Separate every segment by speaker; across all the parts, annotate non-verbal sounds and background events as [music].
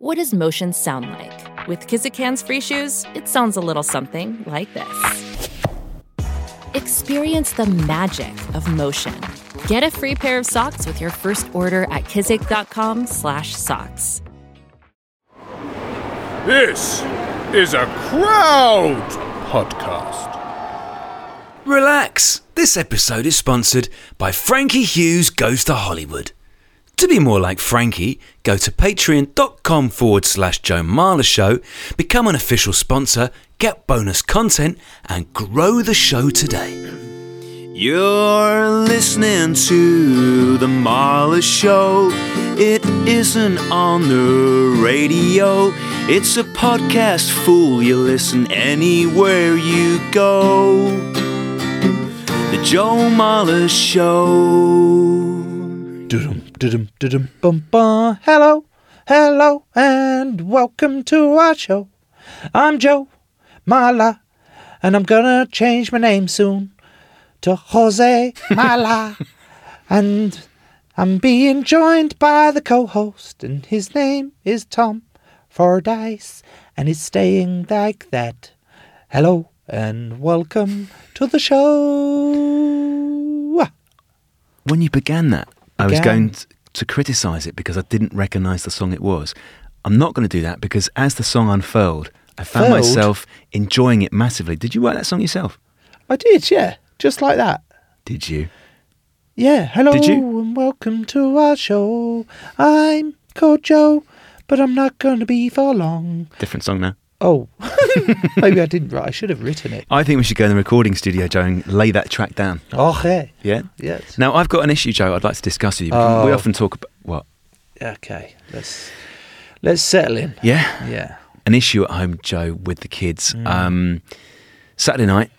Speaker 1: What does motion sound like? With Kizikans free shoes, it sounds a little something like this. Experience the magic of motion. Get a free pair of socks with your first order at kizik.com/socks.
Speaker 2: This is a crowd podcast.
Speaker 3: Relax. This episode is sponsored by Frankie Hughes Goes to Hollywood. To be more like Frankie, go to patreon.com forward slash Joe Marler Show, become an official sponsor, get bonus content, and grow the show today.
Speaker 4: You're listening to The Marla Show. It isn't on the radio, it's a podcast, fool. You listen anywhere you go. The Joe Marla Show.
Speaker 5: Dudum, dudum, dudum, bum, bum. Hello, hello, and welcome to our show. I'm Joe Mala, and I'm gonna change my name soon to Jose Mala. and I'm being joined by the co host, and his name is Tom Fordyce, and he's staying like that. Hello, and welcome to the Ah, show.
Speaker 4: When you began that, I was
Speaker 5: Began.
Speaker 4: going t- to criticise it because I didn't recognise the song it was. I'm not going to do that because as the song unfurled, I found
Speaker 5: Furled?
Speaker 4: myself enjoying it massively. Did you write that song yourself?
Speaker 5: I did, yeah, just like that.
Speaker 4: Did you?
Speaker 5: Yeah, hello
Speaker 4: you?
Speaker 5: and welcome to our show. I'm called Joe, but I'm not going to be for long.
Speaker 4: Different song now.
Speaker 5: Oh, [laughs] maybe I didn't write. I should have written it.
Speaker 4: I think we should go in the recording studio, Joe, and lay that track down.
Speaker 5: Oh, hey.
Speaker 4: Yeah?
Speaker 5: Yes.
Speaker 4: Now, I've got an issue, Joe, I'd like to discuss with you. because We
Speaker 5: Oh.
Speaker 4: often talk about. What?
Speaker 5: Okay, let's let's settle in.
Speaker 4: Yeah?
Speaker 5: Yeah.
Speaker 4: An issue at home, Joe, with the kids. Um, Saturday night,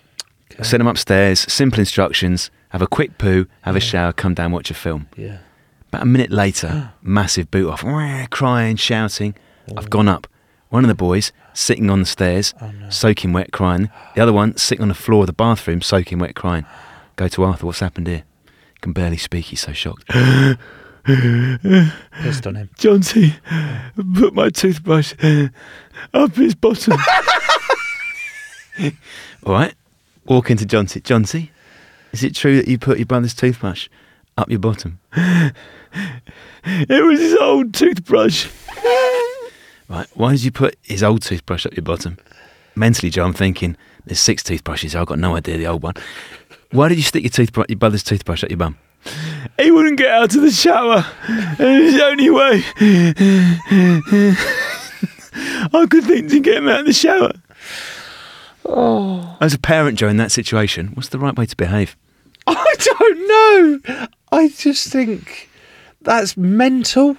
Speaker 4: send them upstairs, simple instructions, have a quick poo, have a shower, come down, watch a film.
Speaker 5: Yeah.
Speaker 4: About a minute later, massive boot off, wah, crying, shouting. I've gone up. One of the boys sitting on the stairs, soaking wet, crying. The other one sitting on the floor of the bathroom, soaking wet, crying. Go to Arthur, what's happened here? Can barely speak, he's so shocked.
Speaker 5: Pissed on him.
Speaker 4: Johnty, put my toothbrush up his bottom. [laughs] All right, walk into Johnty. Johnty, is it true that you put your brother's toothbrush up your bottom? it was his old toothbrush. right, why did you put his old toothbrush up your bottom? Mentally, Joe, I'm thinking there's six toothbrushes. I've got no idea the old one. Why did you stick your toothbrush, your brother's toothbrush up your bum? He wouldn't get out of the shower. It was the only way I could think to get him out of the shower. Oh. As a parent, Joe, in that situation, what's the right way to behave?
Speaker 5: [laughs] I don't know. I just think that's mental.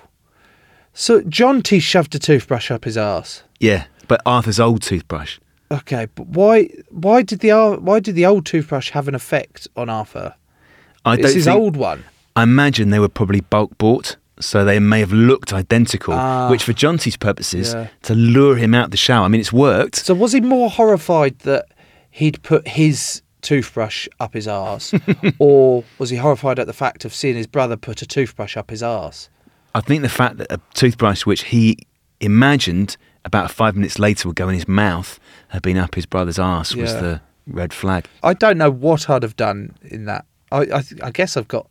Speaker 5: So John T shoved a toothbrush up his arse.
Speaker 4: Yeah, but Arthur's old toothbrush.
Speaker 5: Okay, but why why did the ar- why did the old toothbrush have an effect on Arthur?
Speaker 4: I
Speaker 5: It's his
Speaker 4: think-
Speaker 5: old one.
Speaker 4: I imagine they were probably bulk bought, so they may have looked identical, which for Jonty's purposes,
Speaker 5: Ah. Yeah.
Speaker 4: to lure him out the shower. I mean, it's worked.
Speaker 5: So was he more horrified that he'd put his toothbrush up his [laughs] arse, or was he horrified at the fact of seeing his brother put a toothbrush up his arse?
Speaker 4: I think the fact that a toothbrush, which he imagined about five minutes later would go in his mouth, had been up his brother's arse was
Speaker 5: Yeah.
Speaker 4: the red flag.
Speaker 5: I don't know what I'd have done in that. I I, th- I guess I've got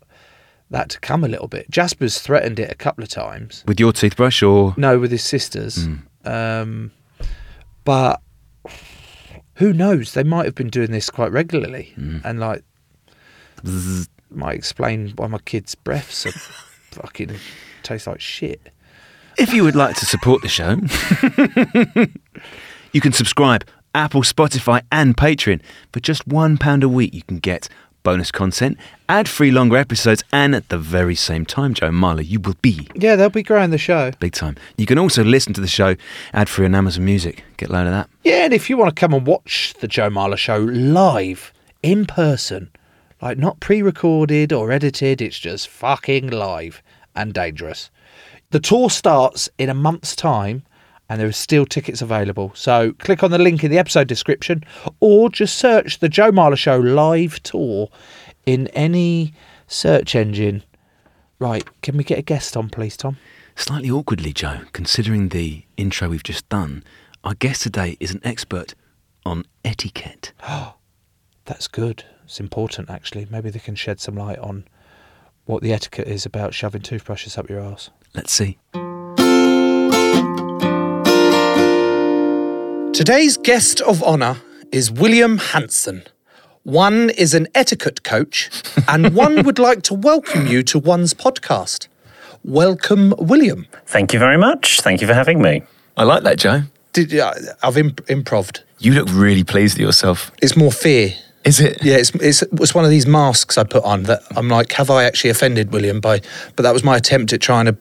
Speaker 5: that to come a little bit. Jasper's threatened it a couple of times.
Speaker 4: With your toothbrush or
Speaker 5: No, with his sisters. Um, but who knows? They might have been doing this quite regularly, and like might explain why my kids' breaths are [laughs] fucking taste like shit.
Speaker 4: If you would like to support the show, you can subscribe Apple, Spotify, and Patreon. For just £1 a week, you can get bonus content, ad free longer episodes, and at the very same time, Joe Marler, you will be
Speaker 5: Yeah, they'll be growing the show.
Speaker 4: big time. You can also listen to the show ad free on Amazon Music. Get a load of that.
Speaker 5: Yeah, and if you want to come and watch the Joe Marler show live in person, like not pre recorded or edited, it's just fucking live and dangerous. The tour starts in a month's time and there are still tickets available. So click on the link in the episode description or just search the Joe Marler show live tour in any search engine. Right, can we get a guest on, please, Tom?
Speaker 4: Slightly awkwardly, Joe, considering the intro we've just done, our guest today is an expert on etiquette.
Speaker 5: That's good. It's important, actually. Maybe they can shed some light on what the etiquette is about shoving toothbrushes up your ass.
Speaker 4: Let's see.
Speaker 5: Today's guest of honour is William Hanson. One is an etiquette [laughs] coach, and one would like to welcome you to one's podcast. Welcome, William.
Speaker 6: Thank you very much. Thank you for having me.
Speaker 7: I like that, Joe.
Speaker 5: Did uh, I've imp- improved?
Speaker 7: You look really pleased at yourself.
Speaker 5: It's more fear.
Speaker 7: Is it?
Speaker 5: Yeah, it's, it's it's one of these masks I put on that I'm like, have I actually offended William by? But that was my attempt at trying to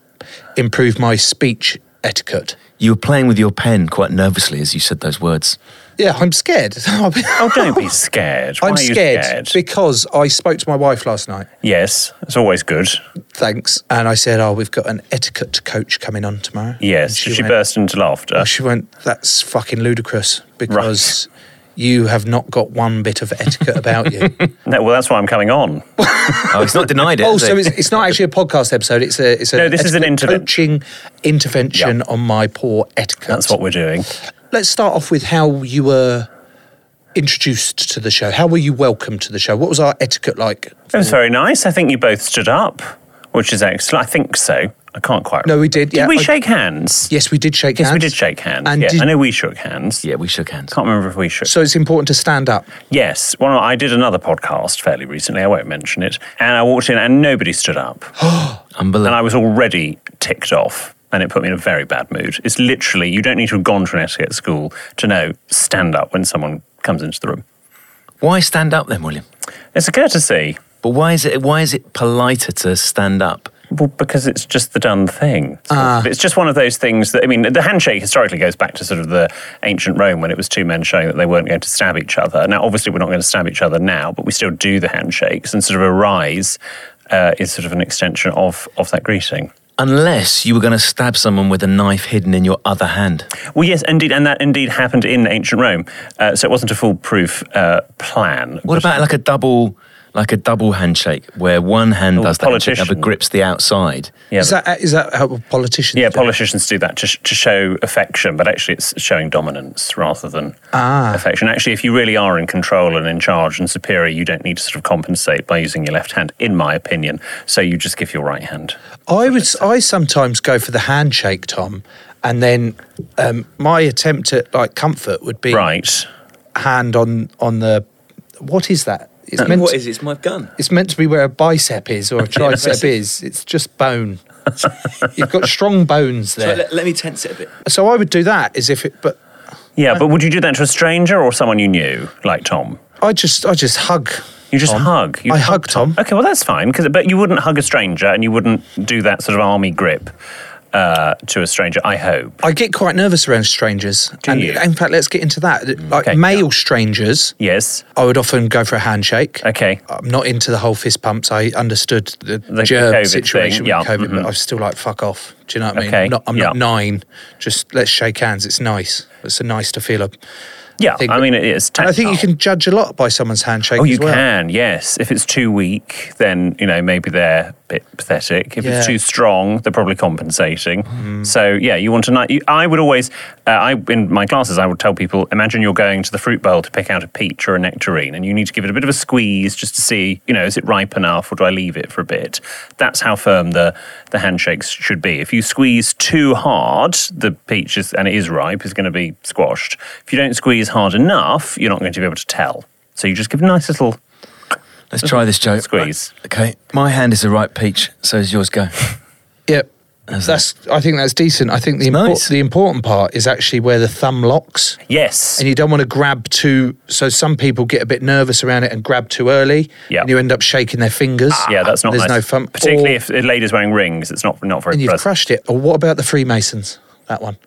Speaker 5: improve my speech etiquette.
Speaker 7: You were playing with your pen quite nervously as you said those words.
Speaker 5: Yeah, I'm scared. [laughs]
Speaker 6: Oh, don't be scared. Why
Speaker 5: I'm
Speaker 6: are you
Speaker 5: scared, because I spoke to my wife last night.
Speaker 6: yes, it's always good.
Speaker 5: Thanks, and I said, "Oh, we've got an etiquette coach coming on tomorrow."
Speaker 6: Yes,
Speaker 5: And
Speaker 6: she,
Speaker 5: went,
Speaker 6: burst into laughter.
Speaker 5: She went, "That's fucking ludicrous because you have not got one bit of etiquette about
Speaker 6: [laughs]
Speaker 5: you."
Speaker 6: No, well, that's why I'm coming on.
Speaker 7: Oh, he's not denied it.
Speaker 5: [laughs] oh,
Speaker 7: has
Speaker 5: so
Speaker 7: he?
Speaker 5: it's, it's not actually a podcast episode. It's a it's a
Speaker 6: No, this is an
Speaker 5: etiquette
Speaker 6: intervent-
Speaker 5: coaching intervention
Speaker 6: Yeah.
Speaker 5: on my poor etiquette.
Speaker 6: That's what we're doing.
Speaker 5: Let's start off with how you were introduced to the show. How were you welcomed to the show? What was our etiquette like?
Speaker 6: It was very nice. I think you both stood up, which is excellent. I think so. I can't quite.
Speaker 5: No, we did,
Speaker 6: Did
Speaker 5: yeah.
Speaker 6: we
Speaker 5: I-
Speaker 6: shake hands?
Speaker 5: Yes, we did shake
Speaker 6: Yes,
Speaker 5: hands.
Speaker 6: we did shake hands.
Speaker 5: And
Speaker 6: yeah,
Speaker 5: did-
Speaker 6: I know we shook hands.
Speaker 7: yeah, we shook hands.
Speaker 6: Can't remember if we shook.
Speaker 5: So it's important to stand up.
Speaker 6: yes, well, I did another podcast fairly recently. I won't mention it. And I walked in, and nobody stood up. and
Speaker 7: Unbelievable.
Speaker 6: I was already ticked off, and it put me in a very bad mood. It's literally you don't need to have gone to an etiquette school to know stand up when someone comes into the room.
Speaker 7: why stand up then, William?
Speaker 6: It's a courtesy,
Speaker 7: But why is it why is it politer to stand up?
Speaker 6: well, because it's just the done thing. It's just one of those things that I mean, the handshake historically goes back to sort of the ancient Rome when it was two men showing that they weren't going to stab each other. Now, obviously, we're not going to stab each other now, but we still do the handshakes, and sort of a rise uh, is sort of an extension of of that greeting.
Speaker 7: Unless you were going to stab someone with a knife hidden in your other hand.
Speaker 6: Well, yes, indeed, and that indeed happened in ancient Rome. Uh, so it wasn't a foolproof uh, plan.
Speaker 7: What about like a double like a double handshake where one hand
Speaker 6: Oh,
Speaker 7: does the handshake, the
Speaker 6: politician.
Speaker 7: other grips the outside?
Speaker 6: Yeah,
Speaker 5: Is
Speaker 6: but-
Speaker 5: that is that how politicians?
Speaker 6: yeah,
Speaker 5: do it?
Speaker 6: politicians do that to, sh- to show affection, but actually it's showing dominance rather than
Speaker 5: Ah.
Speaker 6: affection. Actually, if you really are in control and in charge and superior, you don't need to sort of compensate by using your left hand, in my opinion. So you just give your right hand.
Speaker 5: I would. I sometimes go for the handshake, Tom, and then um, my attempt at like comfort would be
Speaker 6: Right.
Speaker 5: hand on on the what is that?
Speaker 6: Uh,
Speaker 5: It's to-
Speaker 7: it? It's my gun.
Speaker 5: It's meant to be where a bicep is
Speaker 6: [laughs]
Speaker 5: or a tricep is. It's just bone. You've got strong bones there.
Speaker 7: me tense it a bit.
Speaker 5: So I would do that as if it, but
Speaker 6: Yeah, but would you do that to a stranger or someone you knew, like Tom?
Speaker 5: I just I just hug.
Speaker 6: You just hug. You
Speaker 5: I hug Tom.
Speaker 6: Okay, well that's fine. 'cause- but you wouldn't hug a stranger, and you wouldn't do that sort of army grip uh, to a stranger. I hope.
Speaker 5: I get quite nervous around strangers.
Speaker 6: Do
Speaker 5: and
Speaker 6: you?
Speaker 5: in fact, let's get into that. Like
Speaker 6: Okay,
Speaker 5: male strangers,
Speaker 6: Yes.
Speaker 5: I would often go for a handshake.
Speaker 6: Okay.
Speaker 5: I'm not into the whole fist pumps. I understood the,
Speaker 6: The
Speaker 5: germ
Speaker 6: COVID
Speaker 5: situation
Speaker 6: thing, yeah,
Speaker 5: with COVID, but
Speaker 6: mhm.
Speaker 5: I was still like, fuck off. Do you know what I mean?
Speaker 6: Okay,
Speaker 5: I'm not, I'm not
Speaker 6: yeah.
Speaker 5: nine. Just let's shake hands. It's nice. It's a nice to feel. A,
Speaker 6: Yeah. I,
Speaker 5: think-
Speaker 6: mean, it is.
Speaker 5: and I think you
Speaker 6: tactile.
Speaker 5: can judge a lot by someone's handshake
Speaker 6: Oh,
Speaker 5: as
Speaker 6: you
Speaker 5: well.
Speaker 6: can. Yes. If it's too weak, then you know maybe they're bit pathetic. If
Speaker 5: Yeah.
Speaker 6: it's too strong, they're probably compensating. So yeah, you want a nice. You, I would always, uh, I in my classes, I would tell people: imagine you're going to the fruit bowl to pick out a peach or a nectarine, and you need to give it a bit of a squeeze just to see, you know, is it ripe enough, or do I leave it for a bit? That's how firm the the handshakes should be. If you squeeze too hard, the peach is and it is ripe is going to be squashed. If you don't squeeze hard enough, you're not going to be able to tell. So you just give a nice little
Speaker 4: Let's try this, Joe.
Speaker 6: Squeeze.
Speaker 4: Right, Okay. My hand is the right peach, so is yours.
Speaker 6: [laughs]
Speaker 4: Go.
Speaker 5: Yep. That's. I think that's decent. I think the
Speaker 4: It's
Speaker 5: impor-
Speaker 4: nice.
Speaker 5: the important part is actually where the thumb locks,
Speaker 6: yes.
Speaker 5: and you don't want to grab too. So some people get a bit nervous around it and grab too early,
Speaker 6: Yeah. Ah,
Speaker 5: and you end up shaking their fingers.
Speaker 6: Yeah, that's not
Speaker 5: There's
Speaker 6: nice.
Speaker 5: no fun.
Speaker 6: Particularly
Speaker 5: Or-
Speaker 6: if a lady's wearing rings, it's not not very
Speaker 5: and you've
Speaker 6: pleasant.
Speaker 5: crushed it. Or what about the Freemasons? That one.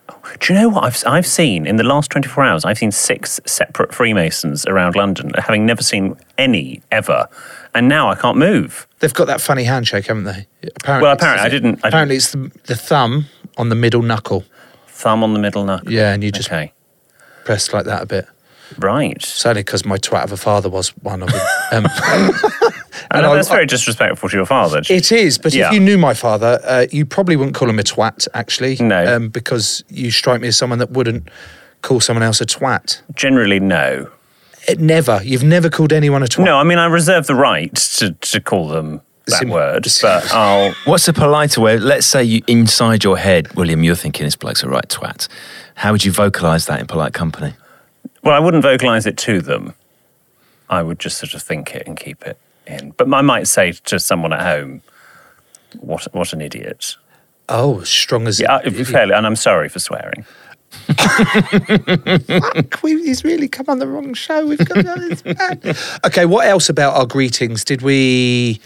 Speaker 6: Do you know what I've I've seen in the last twenty four hours? I've seen six separate Freemasons around London, having never seen any ever, and now I can't move.
Speaker 5: They've got that funny handshake, haven't they? Apparently,
Speaker 6: Well,
Speaker 5: it's-
Speaker 6: apparently, I didn't- I
Speaker 5: apparently, it's the, the thumb on the middle knuckle.
Speaker 6: Thumb on the middle knuckle.
Speaker 5: Yeah, and you just
Speaker 6: okay,
Speaker 5: pressed like that a bit.
Speaker 6: right.
Speaker 5: Certainly because my twat of a father was one of them.
Speaker 6: [laughs]
Speaker 5: Um,
Speaker 6: And
Speaker 5: I-
Speaker 6: that's
Speaker 5: I-
Speaker 6: very disrespectful to your father.
Speaker 5: It is, but
Speaker 6: Yeah.
Speaker 5: if you knew my father, uh, you probably wouldn't call him a twat, actually.
Speaker 6: No.
Speaker 5: Um, because you strike me as someone that wouldn't call someone else a twat.
Speaker 6: Generally, no.
Speaker 5: It never. You've never called anyone a twat.
Speaker 6: No, I mean I reserve the right to, to call them that
Speaker 5: Sim-
Speaker 6: word,
Speaker 5: [laughs]
Speaker 6: but I'll.
Speaker 4: What's a politer way? Let's say you inside your head, William, you're thinking this bloke's a right twat. How would you vocalise that in polite company?
Speaker 6: Well, I wouldn't vocalize it to them. I would just sort of think it and keep it in. But I might say to someone at home, "What, what an idiot!"
Speaker 5: Oh, as strong as.
Speaker 6: Yeah, I- fairly, and I'm sorry for swearing.
Speaker 5: we, he's really come on the wrong show. We've come down [laughs] this bad. Okay, what else about our greetings? Did we.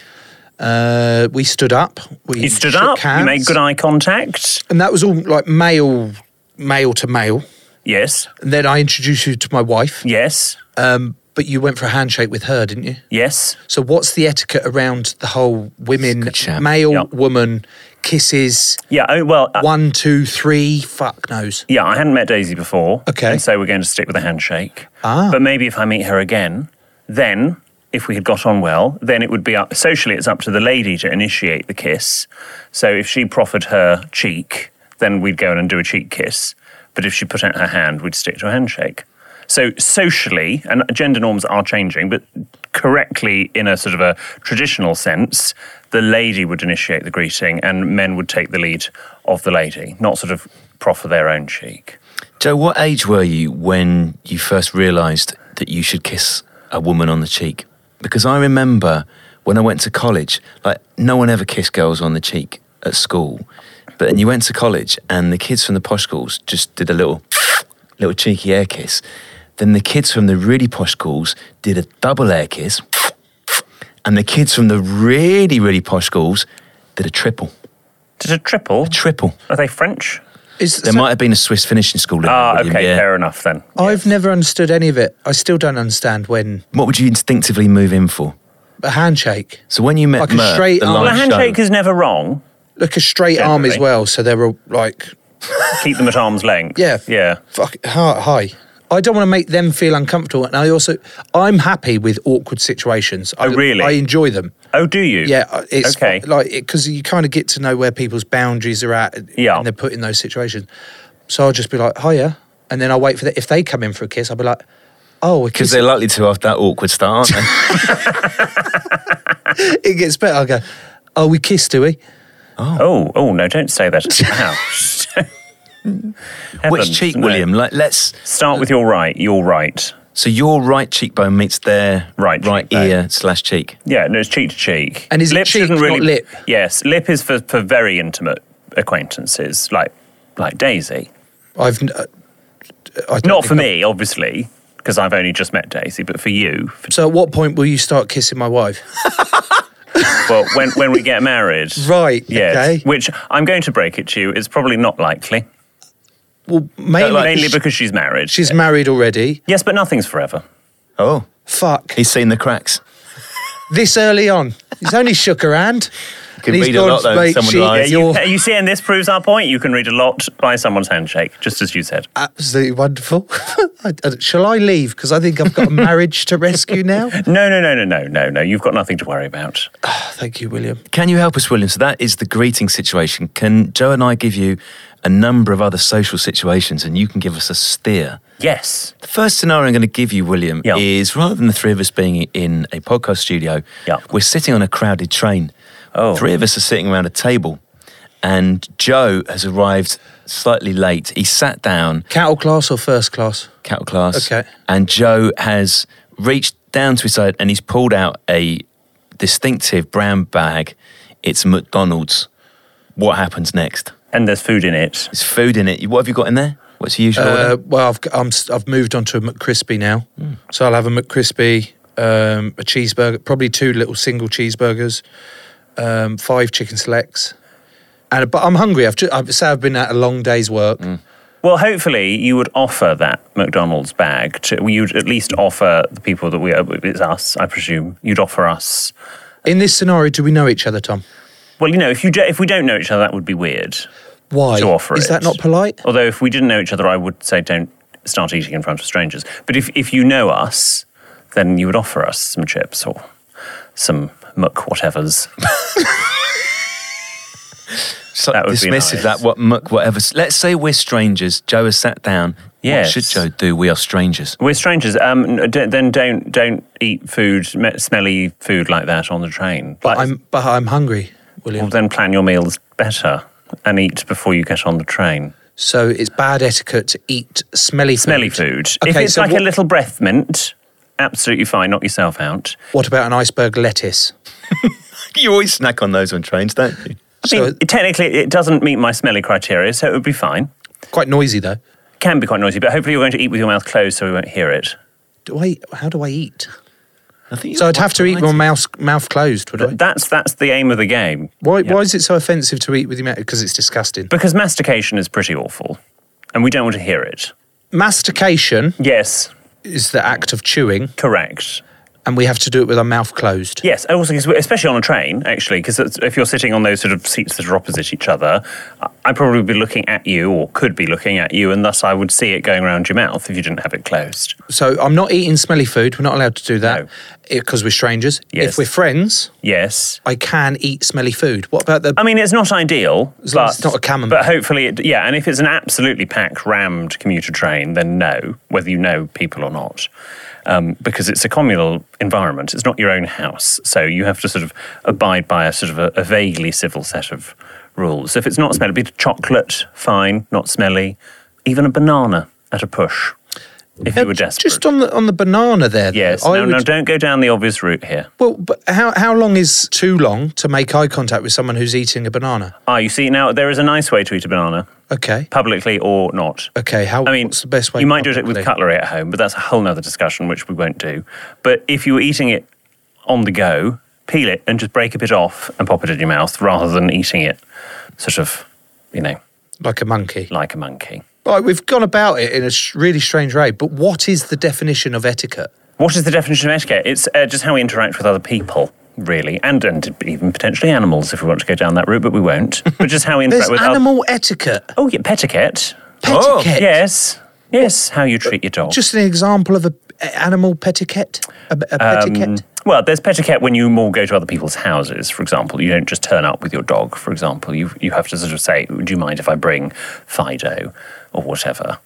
Speaker 5: Uh, we stood up. We
Speaker 6: You stood
Speaker 5: shook
Speaker 6: up.
Speaker 5: Hands,
Speaker 6: You made good eye contact.
Speaker 5: And that was all like male, male to male.
Speaker 6: Yes,
Speaker 5: And then I introduced you to my wife.
Speaker 6: yes,
Speaker 5: Um, but you went for a handshake with her, didn't you?
Speaker 6: yes.
Speaker 5: So what's the etiquette around the whole women,
Speaker 4: Good shout.
Speaker 5: male,
Speaker 6: Yeah.
Speaker 5: woman, kisses,
Speaker 6: Yeah. Oh, well. I-
Speaker 5: one, two, three, fuck knows.
Speaker 6: yeah, I hadn't met Daisy before.
Speaker 5: Okay.
Speaker 6: And so we're going to stick with a handshake. But maybe if I meet her again, then if we had got on well, then it would be up socially it's up to the lady to initiate the kiss. So if she proffered her cheek, then we'd go in and do a cheek kiss. But if she put out her hand, we'd stick to a handshake. So socially, and gender norms are changing, but correctly in a sort of a traditional sense, the lady would initiate the greeting and men would take the lead of the lady, not sort of proffer their own cheek.
Speaker 4: Joe, what age were you when you first realised that you should kiss a woman on the cheek? Because I remember when I went to college, like no one ever kissed girls on the cheek at school. But then you went to college and the kids from the posh schools just did a little little cheeky air kiss. Then the kids from the really posh schools did a double air kiss. And the kids from the really, really posh schools did a triple.
Speaker 6: Did a triple?
Speaker 4: Triple.
Speaker 6: Are they French?
Speaker 5: Is
Speaker 4: There
Speaker 5: so-
Speaker 4: might have been a Swiss finishing school in there,
Speaker 6: Ah,
Speaker 4: William,
Speaker 6: okay,
Speaker 4: yeah.
Speaker 6: fair enough then.
Speaker 5: I've never understood any of it. I still don't understand when
Speaker 4: What would you instinctively move in for?
Speaker 5: a handshake,
Speaker 4: So when you met
Speaker 5: Like a
Speaker 4: Mert,
Speaker 5: straight
Speaker 4: the
Speaker 5: arm.
Speaker 6: Well, a
Speaker 4: live
Speaker 6: handshake
Speaker 4: show,
Speaker 6: is never wrong.
Speaker 5: look a straight arm as
Speaker 6: Generally.
Speaker 5: well. So they're all like,
Speaker 6: Keep them at arm's length.
Speaker 5: yeah,
Speaker 6: Yeah.
Speaker 5: fuck, hi. hi. I don't want to make them feel uncomfortable, and I also I'm happy with awkward situations. I
Speaker 6: Oh, really?
Speaker 5: I enjoy them.
Speaker 6: Oh, do you?
Speaker 5: Yeah, uh, it's
Speaker 6: Okay.
Speaker 5: okay. like because you kind of get to know where people's boundaries are at, and-
Speaker 6: Yeah.
Speaker 5: and they're put in those situations. So I'll just be like, "Hiya," and then I'll wait for that. If they come in for a kiss, I'll be like, "Oh, we're
Speaker 4: because
Speaker 5: kissing." [laughs]
Speaker 4: they're likely to after that awkward start, aren't they?
Speaker 5: it gets better. I will go, "Oh, we kissed, do we?"
Speaker 6: Oh, oh no! Don't say that.
Speaker 5: [laughs]
Speaker 6: Ow.
Speaker 4: Which
Speaker 6: Heavens,
Speaker 4: cheek,
Speaker 6: no.
Speaker 4: William? Like, let's.
Speaker 6: Start with your right. Your right.
Speaker 4: So your right cheekbone meets their
Speaker 6: Right
Speaker 4: right
Speaker 6: cheekbone.
Speaker 4: ear slash cheek.
Speaker 6: Yeah, no, it's cheek to cheek.
Speaker 5: And is it
Speaker 6: lip
Speaker 5: cheek,
Speaker 6: shouldn't really
Speaker 5: not lip?
Speaker 6: Yes, lip is for, for very intimate acquaintances, like like Daisy.
Speaker 5: I've n- uh, I don't
Speaker 6: Not
Speaker 5: think
Speaker 6: for
Speaker 5: I-
Speaker 6: me, obviously, because I've only just met Daisy, but for you, for,
Speaker 5: So at what point will you start kissing my wife? [laughs]
Speaker 6: well, when when we get married,
Speaker 5: Right,
Speaker 6: Yes,
Speaker 5: okay.
Speaker 6: which I'm going to break it to you. It's probably not likely,
Speaker 5: Well, mainly,
Speaker 6: mainly
Speaker 5: because
Speaker 6: because she's married.
Speaker 5: she's married already.
Speaker 6: yes, but nothing's forever.
Speaker 4: Oh,
Speaker 5: Fuck
Speaker 4: he's seen the cracks.
Speaker 5: this early on. He's only shook her hand.
Speaker 4: can
Speaker 5: He's
Speaker 4: read a
Speaker 5: gone
Speaker 4: lot though.
Speaker 5: straight
Speaker 4: Someone
Speaker 5: cheek.
Speaker 6: Yeah,
Speaker 4: lies.
Speaker 6: you,
Speaker 5: You're-
Speaker 6: you see, and this proves our point. You can read a lot by someone's handshake, just as you said.
Speaker 5: Absolutely wonderful. [laughs] I- I- Shall I leave? Because I think I've got a marriage to rescue
Speaker 4: [laughs]
Speaker 5: now.
Speaker 6: No, no, no, no, no, no, no. You've got nothing to worry about.
Speaker 5: Thank you, William.
Speaker 4: Can you help us, William? So that is the greeting situation. Can Joe and I give you a number of other social situations, and you can give us a steer?
Speaker 6: Yes.
Speaker 4: The first scenario I'm going to give you, William,
Speaker 6: Yeah.
Speaker 4: is rather than the three of us being in a podcast studio,
Speaker 6: Yeah.
Speaker 4: we're sitting on a crowded train.
Speaker 6: Oh.
Speaker 4: Three of us are sitting around a table, and Joe has arrived slightly late. He sat down,
Speaker 5: Cattle class or first class?
Speaker 4: cattle class.
Speaker 5: Okay.
Speaker 4: And Joe has reached down to his side and he's pulled out a distinctive brown bag. It's McDonald's. What happens next?
Speaker 6: And there's food in it.
Speaker 4: There's food in it. What have you got in there? What's your usual
Speaker 5: Uh,
Speaker 4: order?
Speaker 5: well, I've, g- I'm, s- I've moved on to a McCrispy now.
Speaker 4: Hmm.
Speaker 5: So I'll have a McCrispy, um, a cheeseburger, probably two little single cheeseburgers, um, five chicken selects. And, but I'm hungry. I've, ju- I've say I've been at a long day's work.
Speaker 4: Hmm.
Speaker 6: Well, hopefully, you would offer that McDonald's bag to. well, You'd at least offer the people that we are. It's us, I presume. You'd offer us.
Speaker 5: In this scenario, do we know each other, Tom?
Speaker 6: Well, you know, if you do, if we don't know each other, that would be weird.
Speaker 5: Why?
Speaker 6: to offer
Speaker 5: Is
Speaker 6: it.
Speaker 5: that not polite?
Speaker 6: Although, if we didn't know each other, I would say don't start eating in front of strangers. But if, if you know us, then you would offer us some chips or some muck whatevers. [laughs]
Speaker 4: So
Speaker 6: that would be
Speaker 4: dismissive,
Speaker 6: nice.
Speaker 4: that what muck, whatever. Let's say we're strangers. Joe has sat down.
Speaker 6: Yes.
Speaker 4: What should Joe do? We are strangers.
Speaker 6: We're strangers. Um, n- d- then don't don't eat food, me- smelly food like that on the train.
Speaker 5: But
Speaker 6: Like-
Speaker 5: I'm, but I'm hungry,
Speaker 6: well,
Speaker 5: William.
Speaker 6: then plan your meals better and eat before you get on the train.
Speaker 5: So it's bad etiquette to eat smelly food.
Speaker 6: Smelly food. if
Speaker 5: Okay,
Speaker 6: it's
Speaker 5: so
Speaker 6: like
Speaker 5: what-
Speaker 6: a little breath mint, absolutely fine. Knock yourself out.
Speaker 5: What about an iceberg lettuce?
Speaker 4: [laughs] You always snack on those on trains, don't you?
Speaker 6: I mean,
Speaker 5: So-
Speaker 6: technically, it doesn't meet my smelly criteria, so it would be fine.
Speaker 5: Quite noisy though.
Speaker 6: can be quite noisy, but hopefully you're going to eat with your mouth closed so we won't hear it.
Speaker 5: Do I? How do I eat?
Speaker 4: I think
Speaker 5: So I'd have to eat with my mouth mouth closed, would I?
Speaker 6: Th- That's that's the aim of the game.
Speaker 5: Why, why is it so offensive to eat with your mouth? Because it's disgusting.
Speaker 6: Because mastication is pretty awful. And we don't want to hear it.
Speaker 5: Mastication
Speaker 6: Yes,
Speaker 5: is the act of chewing,
Speaker 6: correct.
Speaker 5: and we have to do it with our mouth closed.
Speaker 6: Yes, and also 'cause we- especially on a train, actually, because if you're sitting on those sort of seats that are opposite each other, I- I'd probably be looking at you or could be looking at you, and thus I would see it going around your mouth if you didn't have it closed.
Speaker 5: So I'm not eating smelly food. We're not allowed to do
Speaker 6: No.
Speaker 5: that because we're strangers.
Speaker 6: Yes.
Speaker 5: If we're friends,
Speaker 6: Yes.
Speaker 5: I can eat smelly food. What about the?
Speaker 6: I mean, it's not ideal,
Speaker 5: As long
Speaker 6: but
Speaker 5: as it's not a camembert.
Speaker 6: But hopefully, it, yeah. And if it's an absolutely packed, rammed commuter train, then no, whether you know people or not, um, because it's a communal environment. It's not your own house, so you have to sort of abide by a sort of a, a vaguely civil set of rules. So if it's not smelly, be it chocolate, fine, not smelly, even a banana at a push, if
Speaker 5: Uh,
Speaker 6: you were desperate.
Speaker 5: Just on the on the banana there. though,
Speaker 6: yes,
Speaker 5: I
Speaker 6: no, no,
Speaker 5: would-
Speaker 6: don't go down the obvious route here.
Speaker 5: Well, but how how long is too long to make eye contact with someone who's eating a banana?
Speaker 6: Ah, you see, now there is a nice way to eat a banana,
Speaker 5: Okay.
Speaker 6: publicly or not.
Speaker 5: Okay. How?
Speaker 6: I mean,
Speaker 5: what's the best way?
Speaker 6: You might do it with
Speaker 5: publicly?
Speaker 6: cutlery at home, but that's a whole nother discussion, which we won't do. But if you were eating it on the go, peel it and just break a bit off and pop it in your mouth rather than eating it sort of, you know,
Speaker 5: like a monkey.
Speaker 6: like a monkey.
Speaker 5: Right, we've gone about it in a sh- really strange way, but what is the definition of etiquette?
Speaker 6: What is the definition of etiquette? It's uh, just how we interact with other people, really, and, and even potentially animals if we want to go down that route, but we
Speaker 5: [laughs]
Speaker 6: won't. But just how we
Speaker 5: There's
Speaker 6: interact with
Speaker 5: animal etiquette.
Speaker 6: Other- oh, yeah, petiquette.
Speaker 4: Oh,
Speaker 5: Petiquette.
Speaker 6: Yes. Yes, how you treat your dog.
Speaker 5: Just an example of a, a animal petiquette. A,
Speaker 6: Um,
Speaker 5: a petiquette.
Speaker 6: Mm. Well, there's petiquette when you more go to other people's houses, for example. You don't just turn up with your dog, for example. You, you have to sort of say, Do you mind if I bring Fido or whatever?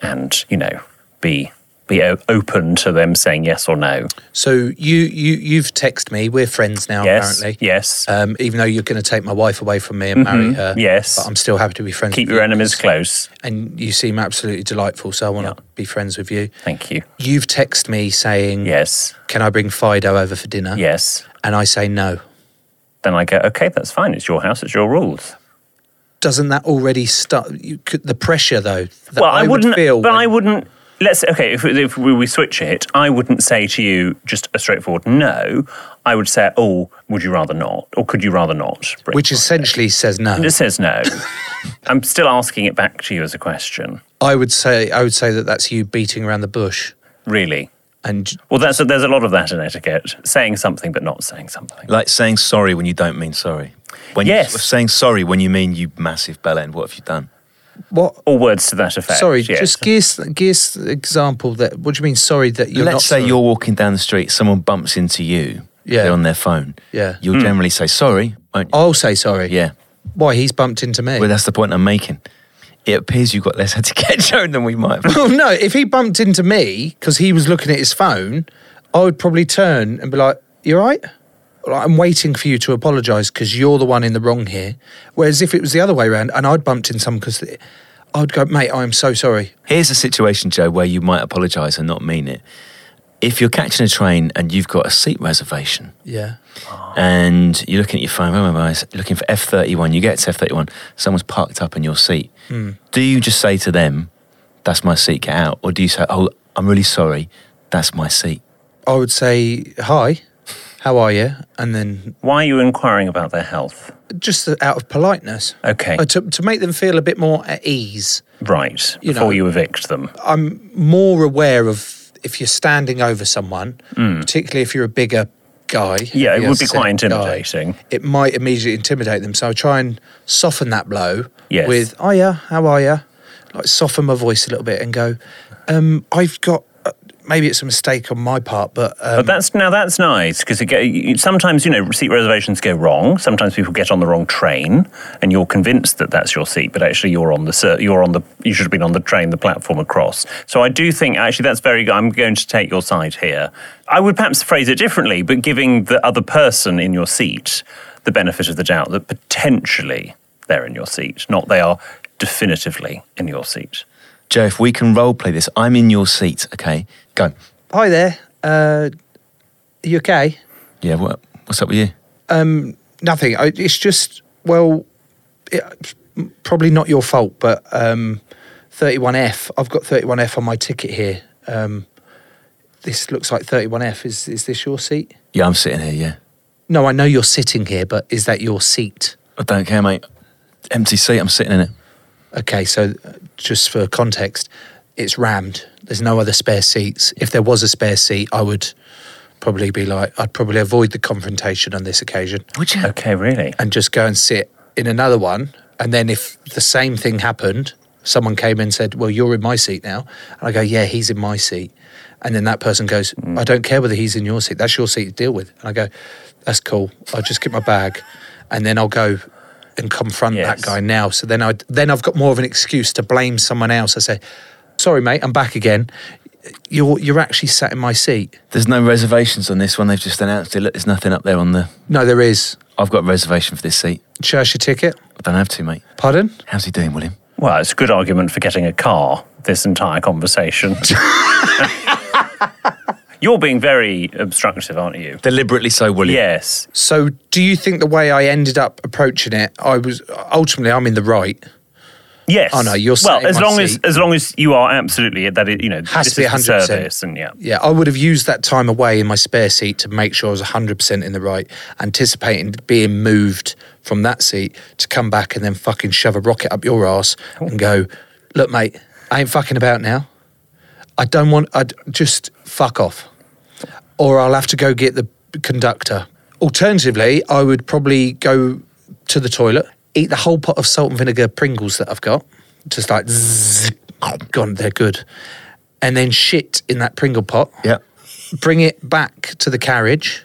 Speaker 6: And, you know, be be o- open to them saying yes or no.
Speaker 5: So you you you've texted me. We're friends now,
Speaker 6: Yes.
Speaker 5: apparently.
Speaker 6: Yes.
Speaker 5: Um, even though you're going to take my wife away from me and marry her.
Speaker 6: Mm-hmm. yes.
Speaker 5: But I'm still happy to be friends.
Speaker 6: Keep
Speaker 5: with
Speaker 6: your
Speaker 5: you.
Speaker 6: enemies close.
Speaker 5: And you seem absolutely delightful, so I want to
Speaker 6: Yeah.
Speaker 5: be friends with you.
Speaker 6: Thank you.
Speaker 5: You've texted me saying,
Speaker 6: Yes.
Speaker 5: "Can I bring Fido over for dinner?"
Speaker 6: Yes.
Speaker 5: And I say no.
Speaker 6: Then I go, Okay, that's fine. It's your house. It's your rules.
Speaker 5: doesn't that already start you could, the pressure though that
Speaker 6: well, I, wouldn't.
Speaker 5: feel
Speaker 6: but
Speaker 5: when-
Speaker 6: I wouldn't. Let's okay. If, if we, we switch it, I wouldn't say to you just a straightforward no. I would say, oh, would you rather not, or could you rather not? bring
Speaker 5: which
Speaker 6: it
Speaker 5: essentially says
Speaker 6: on?"
Speaker 5: no
Speaker 6: it
Speaker 5: [laughs]
Speaker 6: says no. I'm still asking it back to you as a question.
Speaker 5: i would say i would say that that's you beating around the bush
Speaker 6: Really,
Speaker 5: And
Speaker 6: Well, that's there's a lot of that in etiquette saying something but not saying something.
Speaker 4: Like saying sorry when you don't mean sorry. When
Speaker 6: Yes.
Speaker 4: you, saying sorry when you mean you massive bell end. What have you done?
Speaker 5: what?
Speaker 6: Or words to that effect.
Speaker 5: sorry,
Speaker 6: yes.
Speaker 5: just give us, give us the example that. What do you mean? Sorry that you're not.
Speaker 4: Let's say
Speaker 5: sorry?
Speaker 4: you're walking down the street, someone bumps into you.
Speaker 5: Yeah.
Speaker 4: They're on their phone.
Speaker 5: Yeah. Oh.
Speaker 4: You'll generally say sorry, won't you?
Speaker 5: I'll say sorry.
Speaker 4: Yeah.
Speaker 5: Why he's bumped into me? [laughs]
Speaker 4: Well, that's the point I'm making. It appears you've got less [laughs] etiquette shown than we might have.
Speaker 5: Well, Oh, no, if he bumped into me because he was looking at his phone, I would probably turn and be like, "You're right." I'm waiting for you to apologise because you're the one in the wrong here. Whereas if it was the other way around and I'd bumped into someone because I'd go, mate, I'm so sorry.
Speaker 4: Here's a situation, Joe, where you might apologise and not mean it. If you're catching a train and you've got a seat reservation
Speaker 5: Yeah.
Speaker 4: and you're looking at your phone, oh my God, looking for F31, you get to F31, someone's parked up in your seat. Do you just say to them, that's my seat, get out? Or do you say, oh, I'm really sorry, that's my seat?
Speaker 5: I would say, hi, how are you? And then
Speaker 6: Why are you inquiring about their health?
Speaker 5: just out of politeness.
Speaker 6: Okay.
Speaker 5: Uh, to, to make them feel a bit more at ease.
Speaker 6: Right.
Speaker 5: You know-
Speaker 6: before you evict them.
Speaker 5: more aware of if you're standing over someone, particularly if you're a bigger guy.
Speaker 6: Mm. Yeah, it
Speaker 5: if you're
Speaker 6: would be
Speaker 5: a
Speaker 6: quite
Speaker 5: thick guy,
Speaker 6: intimidating.
Speaker 5: it might immediately intimidate them. So I try and soften that blow
Speaker 6: Yes.
Speaker 5: with, "Oh yeah, how are you?" Like soften my voice a little bit and go, um, "I've got." uh, Maybe it's a mistake on my part, but um,
Speaker 6: But Oh, that's now that's nice because sometimes you know seat reservations go wrong. Sometimes people get on the wrong train, and you're convinced that that's your seat, but actually you're on the ser- you're on the you should have been on the train, the platform across. So I do think actually that's very. good. I'm going to take your side here. I would perhaps phrase it differently, but giving the other person in your seat the benefit of the doubt that potentially they're in your seat, not they are definitively in your seat.
Speaker 4: Joe, if we can role play this, I'm in your seat, okay? Go.
Speaker 5: "Hi there, uh, are you okay?"
Speaker 4: Yeah, what, what's up with you?
Speaker 5: Nothing. I, it's just well, it, probably not your fault, but um, 31F. I've got 31F on my ticket here. Um, this looks like 31F. Is is this your seat?
Speaker 4: Yeah, I'm sitting here, yeah.
Speaker 5: No, I know you're sitting here, but is that your seat?
Speaker 4: I don't care, mate. Empty seat, I'm sitting in it.
Speaker 5: Okay, so uh, just for context, it's rammed. There's no other spare seats. If there was a spare seat, I would probably be like, I'd probably avoid the confrontation on this occasion
Speaker 4: Would you?
Speaker 6: Okay, really.
Speaker 5: and just go and sit in another one. And then if the same thing happened, someone came and said, Well, you're in my seat now. And I go, Yeah, he's in my seat. And then that person goes, I don't care whether he's in your seat. That's your seat to deal with. And I go, That's cool. I'll just get my bag. And then I'll go and confront
Speaker 6: Yes.
Speaker 5: that guy now. So then I then I've got more of an excuse to blame someone else. I say, Sorry, mate, I'm back again. You're you're actually sat in my seat.
Speaker 4: There's no reservations on this one. They've just announced it. Look, there's nothing up there on the.
Speaker 5: No, there is.
Speaker 4: I've got a reservation for this seat.
Speaker 5: Show us your ticket.
Speaker 4: I don't have to, mate.
Speaker 5: Pardon?
Speaker 4: How's he doing, William?
Speaker 6: Well, it's a good argument for getting a car, this entire conversation.
Speaker 5: [laughs]
Speaker 6: You're being very obstructive, aren't you?
Speaker 4: Deliberately so, William.
Speaker 6: Yes.
Speaker 5: So, do you think the way I ended up approaching it, I was ultimately I'm in the right?
Speaker 6: Yes.
Speaker 5: Oh, no, you're sat
Speaker 6: well.
Speaker 5: in
Speaker 6: As
Speaker 5: my
Speaker 6: long as
Speaker 5: seat.
Speaker 6: as long as you are absolutely that it, you know
Speaker 5: Has
Speaker 6: this
Speaker 5: to be
Speaker 6: is the
Speaker 5: 100%.
Speaker 6: service and yeah.
Speaker 5: Yeah, I would have used that time away in my spare seat to make sure I was 100% in the right, anticipating being moved from that seat to come back and then fucking shove a rocket up your ass and go, look, mate, I ain't fucking about now. I don't want, I'd just fuck off. Or I'll have to go get the conductor. Alternatively, I would probably go to the toilet, eat the whole pot of salt and vinegar Pringles that I've got, just like, zzz, God, they're good. And then shit in that Pringle pot
Speaker 4: Yeah.
Speaker 5: bring it back to the carriage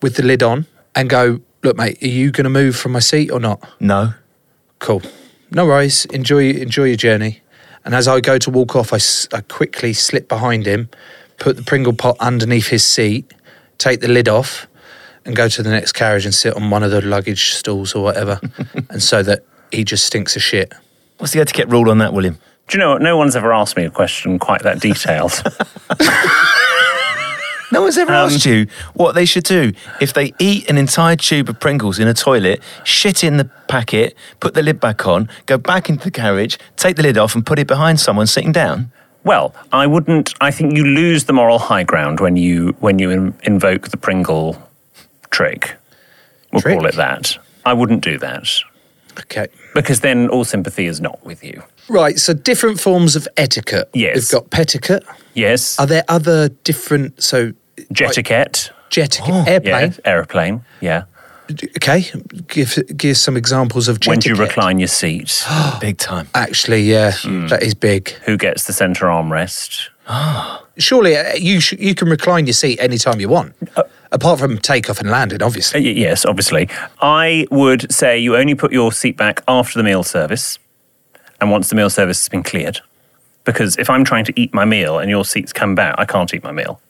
Speaker 5: with the lid on and go, look, mate, are you going to move from my seat or not?
Speaker 4: No.
Speaker 5: Cool. No worries. Enjoy, enjoy your journey. And as I go to walk off, I, s- I quickly slip behind him, put the Pringle pot underneath his seat, take the lid off, and go to the next carriage and sit on one of the luggage stalls or
Speaker 6: [laughs]
Speaker 5: whatever. and so that he just stinks of shit.
Speaker 4: What's the etiquette rule on that, William?
Speaker 6: Do you know what? No one's ever asked me a question quite
Speaker 5: [laughs]
Speaker 6: that detailed.
Speaker 4: No one's ever asked you what they should do if they eat an entire tube of Pringles in a toilet, shit in the packet, put the lid back on, go back into the carriage, take the lid off, and put it behind someone sitting down.
Speaker 6: well, I wouldn't. I think you lose the moral high ground when you when you in, invoke the Pringle trick. We'll call
Speaker 5: Trick?
Speaker 6: it that. I wouldn't do that
Speaker 5: Okay.
Speaker 6: because then all sympathy is not with you.
Speaker 5: Right, so different forms of etiquette.
Speaker 6: Yes.
Speaker 5: We've got petiquette.
Speaker 6: Yes.
Speaker 5: Are there other different, so...
Speaker 6: Jet
Speaker 5: like,
Speaker 6: etiquette.
Speaker 5: Jet etiquette. airplane.
Speaker 6: Oh, Yeah, airplane. Yeah.
Speaker 5: Okay, give, give some examples of jet
Speaker 6: when do you
Speaker 5: etiquette.
Speaker 6: recline Hmm. your seat?
Speaker 4: Big time.
Speaker 5: Actually, yeah, that is big.
Speaker 6: Who gets the centre armrest?
Speaker 5: Surely uh, you sh- you can recline your seat anytime you want, apart from takeoff and landing, obviously.
Speaker 6: Uh, y- yes, obviously. I would say you only put your seat back after the meal service and once the meal service has been cleared. Because if I'm trying to eat my meal and your seat's come back, I can't eat my meal.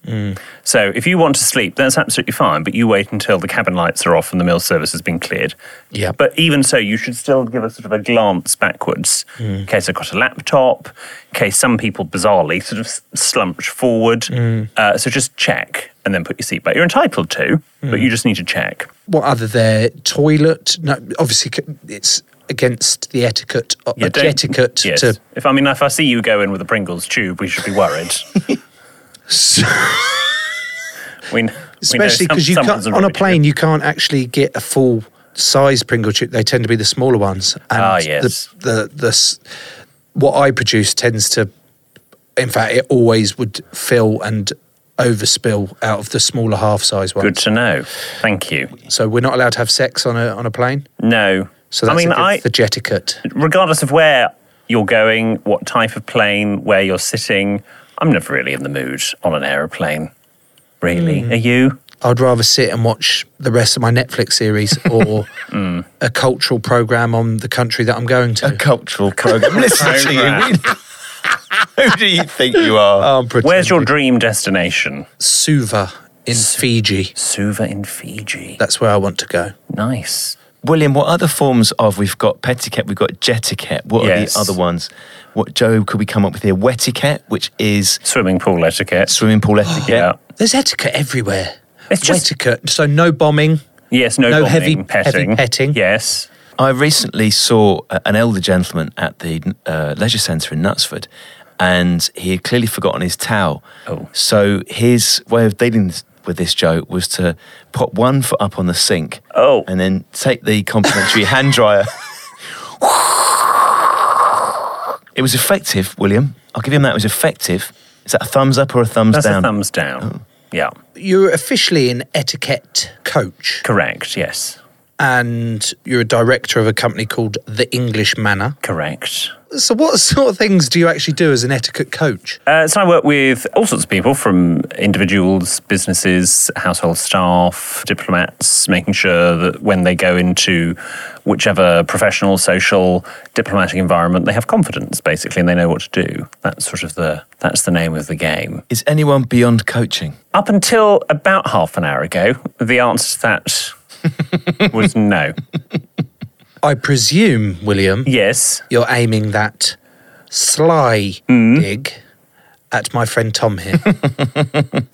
Speaker 6: So if you want to sleep, that's absolutely fine, but you wait until the cabin lights are off and the meal service has been cleared.
Speaker 5: Yeah.
Speaker 6: But even so, you should still give a sort of a glance backwards in case I've got a laptop, in case some people bizarrely sort of s- slump forward. Uh, so just check and then put your seat back. You're entitled to, but you just need to check.
Speaker 5: What other there? Uh, Toilet. No, obviously c- it's against the etiquette, uh,
Speaker 6: Yeah,
Speaker 5: jet
Speaker 6: don't-
Speaker 5: etiquette
Speaker 6: yes.
Speaker 5: to
Speaker 6: If I mean, if I see you go in with a Pringles tube, we should be worried.
Speaker 5: [laughs]
Speaker 6: we, kn- we know
Speaker 5: especially
Speaker 6: some-
Speaker 5: because you
Speaker 6: someone's
Speaker 5: can't, on a
Speaker 6: already-
Speaker 5: plane you can't actually get a full size Pringle chip. They tend to be the smaller ones. And
Speaker 6: Ah, yes.
Speaker 5: The, the the s- what I produce tends to, in fact, it always would fill and overspill out of the smaller half size ones.
Speaker 6: Good to know. Thank you.
Speaker 5: So we're not allowed to have sex on a on a plane.
Speaker 6: No.
Speaker 5: So that's
Speaker 6: I mean, I,
Speaker 5: the jetiquette.
Speaker 6: regardless of where you're going, what type of plane, where you're sitting, I'm never really in the mood on an aeroplane. Really?
Speaker 5: Hmm.
Speaker 6: Are you?
Speaker 5: I'd rather sit and watch the rest of my Netflix
Speaker 6: [laughs]
Speaker 5: series or
Speaker 6: Hmm.
Speaker 5: a cultural program on the country that I'm going to.
Speaker 4: Cultural program. [laughs] Listen to you. [laughs] Oh, Who do you think you are?
Speaker 5: Um,
Speaker 6: Where's your dream destination?
Speaker 5: Suva in Fiji?
Speaker 6: Suva in Fiji.
Speaker 5: That's where I want to go.
Speaker 6: Nice.
Speaker 4: William, what other forms of we've got petiquette, we've got jetiquette. What
Speaker 6: Yes.
Speaker 4: are the other ones? What Joe could we come up with here? Wetiquette, which is
Speaker 6: Swimming pool etiquette.
Speaker 4: swimming pool etiquette.
Speaker 6: [sighs] yeah.
Speaker 5: There's etiquette everywhere.
Speaker 6: It's just-
Speaker 5: etiquette. So no bombing.
Speaker 6: Yes, no,
Speaker 5: No
Speaker 6: bombing,
Speaker 5: heavy- heavy
Speaker 6: petting.
Speaker 5: petting.
Speaker 6: Yes.
Speaker 4: I recently saw a- an elder gentleman at the uh, leisure centre in Knutsford, and he had clearly forgotten his towel.
Speaker 6: Oh.
Speaker 4: So his way of dealing th- with this joke was to pop one foot up on the sink,
Speaker 6: Oh.
Speaker 4: and then take the
Speaker 6: [laughs]
Speaker 4: complimentary hand dryer. it was effective, William. I'll give him that. It was effective. Is that a thumbs up or a thumbs
Speaker 6: That's
Speaker 4: down?
Speaker 6: a thumbs down. Oh. Yeah.
Speaker 5: You're officially an etiquette coach,
Speaker 6: Correct. Yes.
Speaker 5: and you're a director of a company called The English Manor.
Speaker 6: Correct.
Speaker 5: So, what sort of things do you actually do as an etiquette coach?
Speaker 6: Uh, so I work with all sorts of people from individuals, businesses, household staff, diplomats, making sure that when they go into whichever professional, social, diplomatic environment, they have confidence basically and they know what to do. That's sort of the that's the name of the game.
Speaker 4: Is anyone beyond coaching?
Speaker 6: Up until about half an hour ago, the answer to that was no.
Speaker 5: I presume, William,
Speaker 6: Yes.
Speaker 5: you're aiming that sly
Speaker 6: Mm.
Speaker 5: dig at my friend Tom
Speaker 6: [laughs]
Speaker 5: here.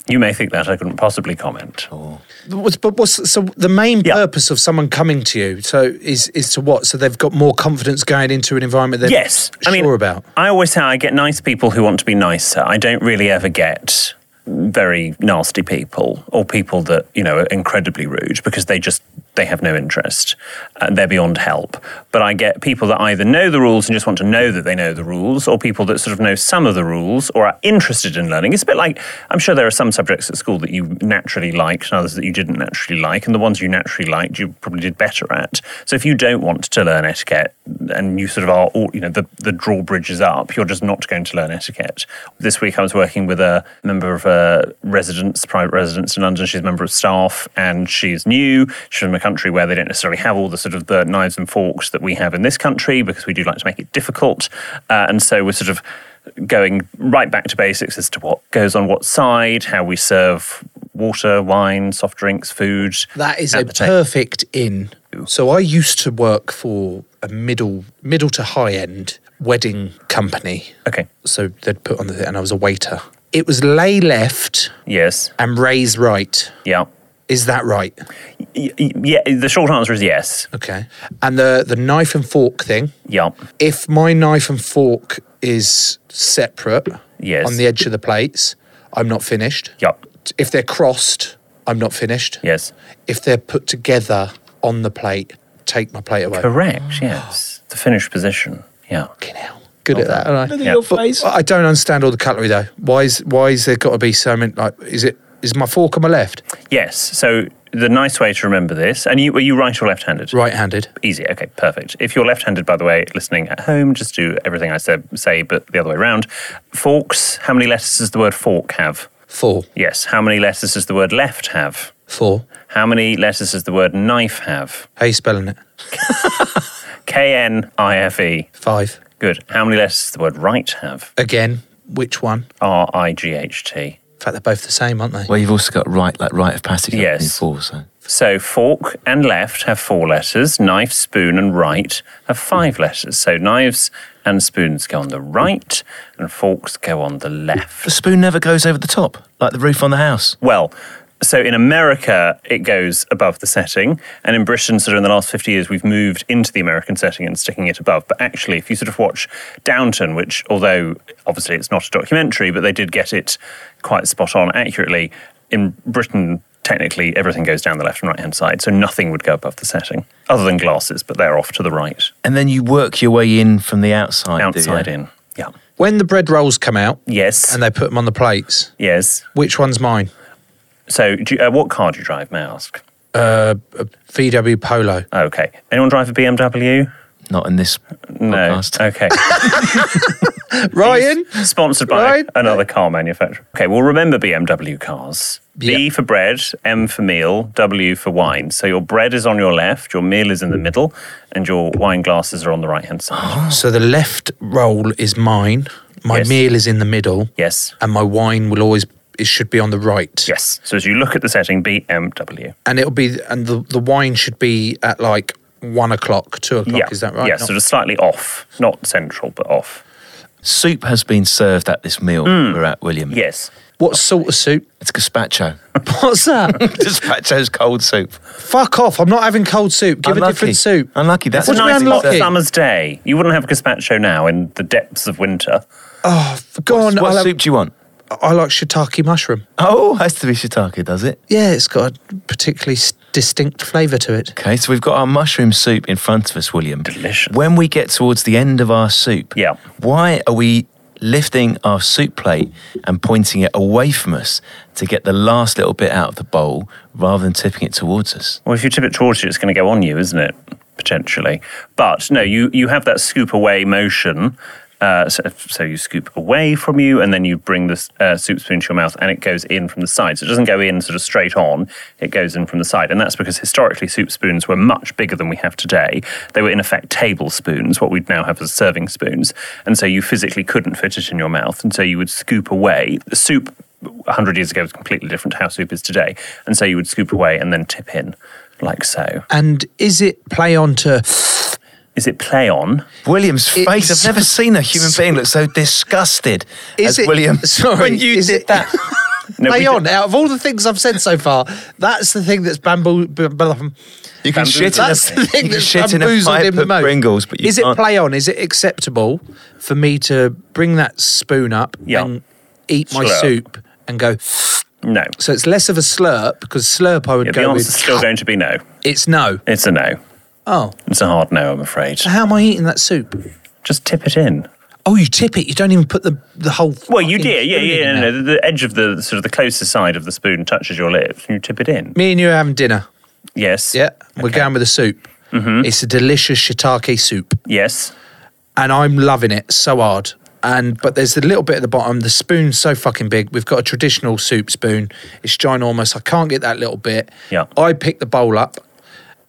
Speaker 6: You may think that I couldn't possibly comment.
Speaker 5: Oh, What's, but what's so the main
Speaker 6: Yeah.
Speaker 5: purpose of someone coming to you? So is is to what? So they've got more confidence going into an environment they're
Speaker 6: yes,
Speaker 5: sure
Speaker 6: I mean,
Speaker 5: about.
Speaker 6: I always say I get nice people who want to be nicer. I don't really ever get very nasty people or people that you know are incredibly rude because they just they have no interest and they're beyond help. But I get people that either know the rules and just want to know that they know the rules, or people that sort of know some of the rules or are interested in learning. It's a bit like I'm sure there are some subjects at school that you naturally liked and others that you didn't naturally like, and the ones you naturally liked you probably did better at. So if you don't want to learn etiquette and you sort of are, all, you know, the, the drawbridge is up, you're just not going to learn etiquette. This week I was working with a member of a residence, private residence in London. She's a member of staff and she's new. She's from a country where they don't necessarily have all the sort of the knives and forks that we have in this country because we do like to make it difficult. Uh, and so we're sort of going right back to basics as to what goes on what side, how we serve water, wine, soft drinks, food.
Speaker 5: That is
Speaker 6: at
Speaker 5: a
Speaker 6: the table.
Speaker 5: perfect in. So I used to work for a middle middle to high end wedding company.
Speaker 6: Okay.
Speaker 5: So they'd put on the and I was a waiter. It was lay left
Speaker 6: Yes.
Speaker 5: and raise right.
Speaker 6: Yeah.
Speaker 5: Is that right?
Speaker 6: Y- y- Yeah, the short answer is yes.
Speaker 5: Okay. And the the knife and fork thing.
Speaker 6: Yeah.
Speaker 5: if my knife and fork is separate
Speaker 6: Yes.
Speaker 5: on the edge of the plates, I'm not finished.
Speaker 6: Yeah.
Speaker 5: If they're crossed, I'm not finished.
Speaker 6: Yes.
Speaker 5: If they're put together on the plate, take my plate away.
Speaker 6: Correct. Yes. The finished position. Yeah.
Speaker 5: Fucking hell. good at that, aren't I?
Speaker 8: Look at your
Speaker 5: But
Speaker 8: face.
Speaker 5: I don't understand all the cutlery though. Why is why is there got to be so many? Like, is it is my fork on my left,
Speaker 6: Yes. So the nice way to remember this, and you, are you right or left-handed?
Speaker 5: right-handed?
Speaker 6: Easy. Okay, perfect. If you're left-handed, by the way, listening at home, just do everything I said, say, but the other way around. Forks. How many letters does the word fork have?
Speaker 5: Four,
Speaker 6: Yes. How many letters does the word left have?
Speaker 5: four.
Speaker 6: How many letters does the word knife have?
Speaker 5: How you spelling it?
Speaker 6: K N I F E.
Speaker 5: Five
Speaker 6: Good. How many letters does the word right have?
Speaker 5: again. Which one?
Speaker 6: R I G H T.
Speaker 5: In fact, they're both the same, aren't they?
Speaker 4: Well, you've also got right, like right of passage. up
Speaker 6: Yes.
Speaker 4: in Four, so.
Speaker 6: So fork and left have four letters. Knife, spoon, and right have five letters. So knives and spoons go on the right, and forks go on the left.
Speaker 4: The spoon never goes over the top, like the roof on the house.
Speaker 6: Well, so in America, it goes above the setting. And in Britain, sort of in the last 50 years, we've moved into the American setting and sticking it above. But actually, if you sort of watch Downton, which, although obviously it's not a documentary, but they did get it quite spot on accurately, in Britain, technically everything goes down the left and right hand side. So nothing would go above the setting, other than glasses, but they're off to the right,
Speaker 4: And then you work your way in from the outside. do
Speaker 6: outside
Speaker 4: you?
Speaker 6: in. Yeah.
Speaker 5: When the bread rolls come out
Speaker 6: Yes.
Speaker 5: and they put them on the plates,
Speaker 6: yes.
Speaker 5: which one's mine?
Speaker 6: So do you, uh, what car do you drive, may I ask?
Speaker 5: Uh, a VW Polo.
Speaker 6: Okay. Anyone drive a BMW?
Speaker 4: Not in this
Speaker 6: No.
Speaker 4: podcast.
Speaker 6: Okay.
Speaker 5: Ryan,
Speaker 6: Sponsored by
Speaker 5: Right.
Speaker 6: another car manufacturer. Okay, well, remember BMW cars. B for bread, M for meal, W for wine. So your bread is on your left, your meal is in the middle, and your wine glasses are on the right
Speaker 5: [gasps]
Speaker 6: hand side.
Speaker 5: So the left roll is mine. My
Speaker 6: Yes.
Speaker 5: meal is in the middle,
Speaker 6: yes.
Speaker 5: and my wine will always it should be on the right.
Speaker 6: Yes. So as you look at the setting, B, M, W.
Speaker 5: and it'll be and the the wine should be at like one o'clock, two o'clock. Is that right?
Speaker 6: Yeah,
Speaker 5: Not-
Speaker 6: sort of slightly off. Not central, but off.
Speaker 4: Soup has been served at this meal we're at, William.
Speaker 6: Yes.
Speaker 5: what sort of soup?
Speaker 4: It's gazpacho.
Speaker 5: What's
Speaker 4: [laughs]
Speaker 5: that?
Speaker 4: gazpacho's cold soup.
Speaker 5: [laughs] Fuck off! I'm not having cold soup. Give a different soup.
Speaker 4: Unlucky. That's
Speaker 5: What
Speaker 6: It's a
Speaker 5: do we
Speaker 6: nice hot
Speaker 5: unlock it?
Speaker 6: summer's day. You wouldn't have gazpacho now in the depths of winter.
Speaker 5: Go on.
Speaker 4: What
Speaker 5: I'll
Speaker 4: soup do you want?
Speaker 5: Have, I like shiitake mushroom.
Speaker 4: Oh, [laughs] has to be shiitake, does it?
Speaker 5: Yeah, it's got a particularly s- distinct flavour to it.
Speaker 4: Okay, so we've got our mushroom soup in front of us, William.
Speaker 6: Delicious.
Speaker 4: When we get towards the end of our soup,
Speaker 6: Yeah.
Speaker 4: why are we lifting our soup plate and pointing it away from us to get the last little bit out of the bowl rather than tipping it towards us?
Speaker 6: Well, if you tip it towards you, it's going to go on you, isn't it? Potentially. But no, you, you have that scoop away motion. Uh, so, so you scoop away from you, and then you bring the uh, soup spoon to your mouth, and it goes in from the side. So it doesn't go in sort of straight on, it goes in from the side. And that's because historically soup spoons were much bigger than we have today. They were, in effect, table spoons, what we'd now have as serving spoons. And so you physically couldn't fit it in your mouth. And so you would scoop away. The soup 100 years ago was completely different to how soup is today. And so you would scoop away and then tip in, like so.
Speaker 5: And is it play on to?
Speaker 6: Is it play on?
Speaker 4: William's face.
Speaker 5: It's-
Speaker 4: I've never seen a
Speaker 5: [laughs]
Speaker 4: human being look so disgusted
Speaker 5: Is
Speaker 4: as
Speaker 5: it
Speaker 4: William.
Speaker 5: [laughs] Sorry,
Speaker 4: when you
Speaker 5: is
Speaker 4: did
Speaker 5: it [laughs] that?
Speaker 6: No, we
Speaker 5: play
Speaker 6: did-
Speaker 5: on. Out of all the things I've said so far, that's the thing that's bamboo. [laughs] b- b-
Speaker 4: You can shit in a,
Speaker 5: That's the thing
Speaker 4: you can
Speaker 5: that's
Speaker 4: shit in a
Speaker 5: bamboozled
Speaker 4: pipe
Speaker 5: him the
Speaker 4: at
Speaker 5: most.
Speaker 4: Pringles, but you
Speaker 5: is
Speaker 4: can't-
Speaker 5: it play on? Is it acceptable for me to bring that spoon up
Speaker 6: Yeah.
Speaker 5: and eat my
Speaker 6: Slurp.
Speaker 5: soup and go?
Speaker 6: No.
Speaker 5: So it's less of a slurp because slurp I would
Speaker 6: Yeah, the
Speaker 5: go with.
Speaker 6: answer's still
Speaker 5: [laughs]
Speaker 6: going to be no.
Speaker 5: It's no.
Speaker 6: It's a no.
Speaker 5: Oh,
Speaker 6: It's a hard no, I'm afraid.
Speaker 5: so how am I eating that soup?
Speaker 6: Just tip it in.
Speaker 5: Oh, you tip it. You don't even put the the whole.
Speaker 6: Well, you
Speaker 5: fucking
Speaker 6: did. Yeah,
Speaker 5: spoon
Speaker 6: yeah,
Speaker 5: in
Speaker 6: yeah.
Speaker 5: there.
Speaker 6: No, no, the edge of the sort of the closest side of the spoon touches your lips and you tip it in.
Speaker 5: Me and you are having dinner.
Speaker 6: Yes.
Speaker 5: Yeah, we're going with a soup.
Speaker 6: Mm-hmm.
Speaker 5: It's a delicious shiitake soup.
Speaker 6: Yes.
Speaker 5: and I'm loving it so hard. And but there's the little bit at the bottom. The spoon's so fucking big. We've got a traditional soup spoon. It's ginormous. I can't get that little bit.
Speaker 6: Yeah.
Speaker 5: I pick the bowl up,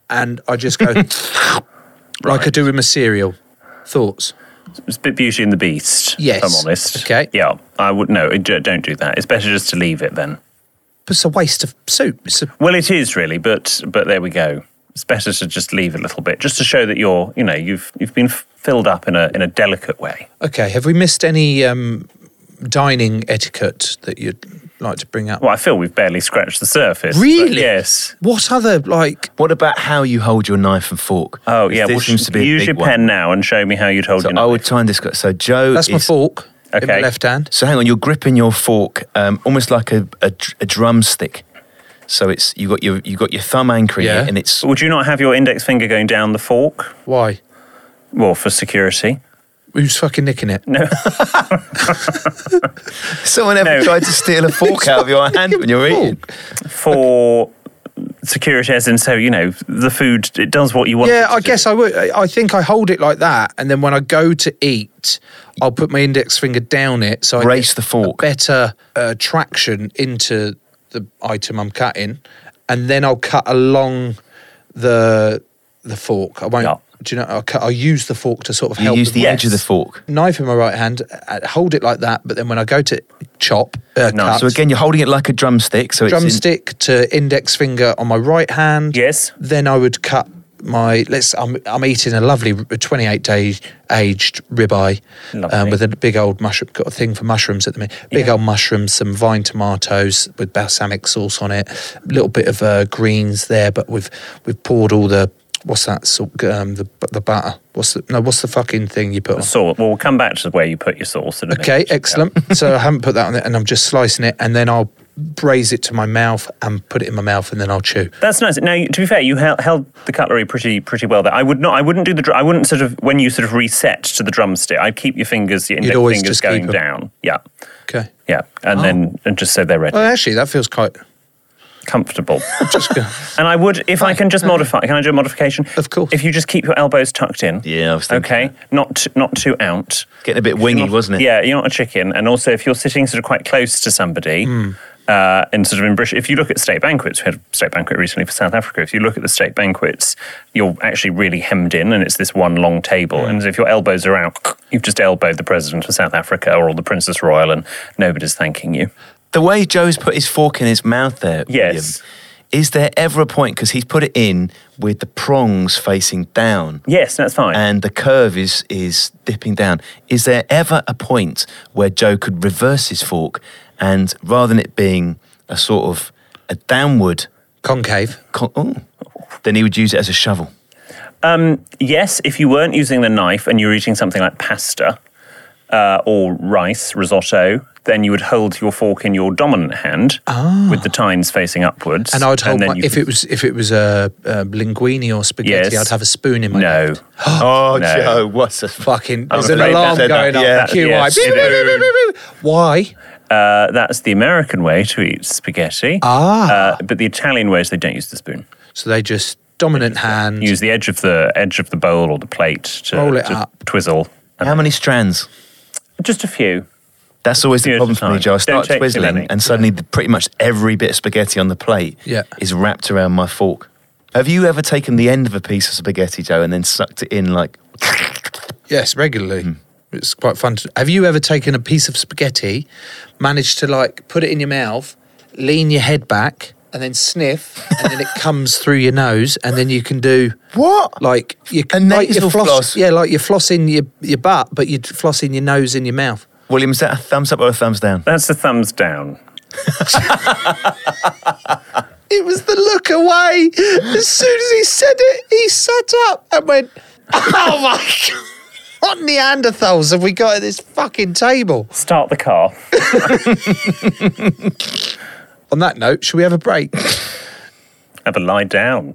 Speaker 5: and I just
Speaker 6: [laughs]
Speaker 5: go like I do with my cereal. Thoughts?
Speaker 6: It's a bit Beauty and the Beast,
Speaker 5: Yes.
Speaker 6: if I'm honest.
Speaker 5: Okay.
Speaker 6: Yeah, I would, no, it- don't do that. It's better just to leave it then.
Speaker 5: It's a waste of soup. It's a,
Speaker 6: Well, it is really, but but there we go. It's better to just leave a little bit, just to show that you're, you know, you've you've been f- filled up in a in a delicate way.
Speaker 5: okay. Have we missed any um, dining etiquette that you'd like to bring up?
Speaker 6: Well, I feel we've barely scratched the surface. but
Speaker 5: Really?
Speaker 6: Yes.
Speaker 5: What other like?
Speaker 4: What about how you hold your knife and fork?
Speaker 6: Oh
Speaker 4: Because
Speaker 6: yeah.
Speaker 4: this
Speaker 6: well,
Speaker 4: seems to be a
Speaker 6: use
Speaker 4: big
Speaker 6: your pen
Speaker 4: One.
Speaker 6: now and show me how you'd hold
Speaker 4: So
Speaker 6: your
Speaker 4: I
Speaker 6: knife.
Speaker 4: would try and describe. So Joe,
Speaker 5: That's my
Speaker 4: is-
Speaker 5: fork. In my
Speaker 6: Okay.
Speaker 5: left hand.
Speaker 4: So hang on, you're gripping your fork um, almost like a, a, dr- a drumstick. So it's you got your you got your thumb anchoring
Speaker 5: Yeah.
Speaker 4: it, and it's
Speaker 6: Would you not have your index finger going down the fork?
Speaker 5: Why?
Speaker 6: Well, for security.
Speaker 5: Who's fucking nicking it?
Speaker 4: Someone ever
Speaker 6: No.
Speaker 4: tried to
Speaker 6: [laughs]
Speaker 4: steal a fork out of your hand when you're eating?
Speaker 6: for security, as in, so you know, the food it does what you want.
Speaker 5: Yeah,
Speaker 6: it to
Speaker 5: I
Speaker 6: do.
Speaker 5: guess I would. I I think I hold it like that, and then when I go to eat, I'll put my index finger down it so I
Speaker 4: Brace
Speaker 5: get
Speaker 4: the fork.
Speaker 5: a better uh, traction into the item I'm cutting, and then I'll cut along the the fork. I won't.
Speaker 6: Yeah.
Speaker 5: Do you know? I'll, cut, I'll use the fork to sort of
Speaker 4: You
Speaker 5: help.
Speaker 4: use
Speaker 5: with
Speaker 4: the
Speaker 5: my
Speaker 4: edge of the fork.
Speaker 5: Knife in my right hand, uh, hold it like that, but then when I go to chop, uh,
Speaker 6: Nice.
Speaker 5: cut,
Speaker 4: So again, you're holding it like a drumstick. So it's in-
Speaker 5: drumstick to index finger on my right hand.
Speaker 6: Yes.
Speaker 5: Then I would cut my. Let's. I'm. I'm eating a lovely 28 day aged ribeye, um,
Speaker 6: Lovely.
Speaker 5: with a big old mushroom. Got a thing for mushrooms at the minute. Big old mushrooms, some vine tomatoes with balsamic sauce on it. A little bit of uh, greens there, but we've we've poured all the. What's that sort? Um, the the butter. What's the no? What's the fucking thing you put on?
Speaker 6: Salt. Well, we'll come back to where you put your sauce. In a
Speaker 5: Okay,
Speaker 6: minute.
Speaker 5: excellent. so I haven't put that on it, and I'm just slicing it, and then I'll braise it to my mouth and put it in my mouth, and then I'll chew.
Speaker 6: That's nice. Now, to be fair, you held, held the cutlery pretty pretty well there. I would not. I wouldn't do the. dr- I wouldn't sort of when you sort of reset to the drumstick. I'd keep your fingers, your index
Speaker 5: always
Speaker 6: fingers
Speaker 5: just keep
Speaker 6: going
Speaker 5: 'em.
Speaker 6: down. Yeah,
Speaker 5: Okay.
Speaker 6: yeah, and then and just so they're ready,
Speaker 5: Well, actually, that feels quite.
Speaker 6: comfortable.
Speaker 5: [laughs] Just go.
Speaker 6: and I would, if I can just modify. Can I do a modification?
Speaker 5: Of course.
Speaker 6: If you just keep your elbows tucked in.
Speaker 4: Yeah, I was thinking
Speaker 6: Okay, not t- not too out.
Speaker 4: getting a bit wingy, wasn't it?
Speaker 6: Yeah, you're not a chicken. And also, if you're sitting sort of quite close to somebody, uh, and sort of in British, if you look at state banquets, we had a state banquet recently for South Africa. If you look at the state banquets, you're actually really hemmed in, and it's this one long table. And if your elbows are out, [clears throat] you've just elbowed the president of South Africa or the Princess Royal, and nobody's thanking you.
Speaker 4: The way Joe's put his fork in his mouth there.
Speaker 6: Yes.
Speaker 4: William, is there ever a point because he's put it in with the prongs facing down?
Speaker 6: Yes, that's fine.
Speaker 4: and the curve is is dipping down. Is there ever a point where Joe could reverse his fork and rather than it being a sort of a downward,
Speaker 5: Concave.
Speaker 4: con- ooh, then he would use it as a shovel?
Speaker 6: yes, if you weren't using the knife and you were eating something like pasta uh, or rice, risotto, then you would hold your fork in your dominant hand with the tines facing upwards.
Speaker 5: Ah. And I'd hold
Speaker 6: then
Speaker 5: my,
Speaker 6: you
Speaker 5: if
Speaker 6: could-
Speaker 5: it was if it was a, uh linguine or spaghetti,
Speaker 6: Yes.
Speaker 5: I'd have a spoon in my
Speaker 6: No.
Speaker 5: hand.
Speaker 4: Oh,
Speaker 6: No.
Speaker 4: Joe, what's a
Speaker 5: Fucking,
Speaker 6: I'm
Speaker 5: there's an
Speaker 6: afraid
Speaker 5: alarm
Speaker 6: that's-
Speaker 5: going
Speaker 4: that-
Speaker 5: off.
Speaker 4: yeah,
Speaker 5: QI.
Speaker 6: yes,
Speaker 5: Beep,
Speaker 6: it
Speaker 5: beep,
Speaker 6: is.
Speaker 5: beep, beep, beep. Why?
Speaker 6: Uh, that's the American way to eat spaghetti. Ah. but the Italian way is they don't use the spoon.
Speaker 5: So they just dominant hand.
Speaker 6: Use the edge of the edge of the bowl or the plate to,
Speaker 5: Roll it
Speaker 6: to
Speaker 5: up.
Speaker 6: twizzle.
Speaker 4: How many strands?
Speaker 6: Just a few.
Speaker 4: That's always the
Speaker 6: Few at
Speaker 4: problem
Speaker 6: a
Speaker 4: for me,
Speaker 6: time.
Speaker 4: Joe. I
Speaker 6: Don't
Speaker 4: start
Speaker 6: take too
Speaker 4: twizzling,
Speaker 6: many.
Speaker 4: and suddenly, the- pretty much every bit of spaghetti on the plate
Speaker 5: Yeah.
Speaker 4: is wrapped around my fork. Have you ever taken the end of a piece of spaghetti, Joe, and then sucked it in like?
Speaker 5: Yes, regularly. It's quite fun. To, have you ever taken a piece of spaghetti, managed to like put it in your mouth, lean your head back, and then sniff, and then it comes through your nose, and then you can do
Speaker 4: What?
Speaker 5: Like you
Speaker 4: A
Speaker 5: like
Speaker 4: nasal
Speaker 5: you're floss,
Speaker 4: floss.
Speaker 5: Yeah, like you're flossing your your butt, but you're flossing your nose and your mouth.
Speaker 4: William, is that a thumbs up or a thumbs down?
Speaker 6: That's a thumbs down.
Speaker 5: It was the look away. As soon as he said it, he sat up and went, [laughs] "Oh my god." [laughs] What Neanderthals have we got at this fucking table?
Speaker 6: Start the car.
Speaker 5: On that note, should we have a break?
Speaker 6: Have a lie down.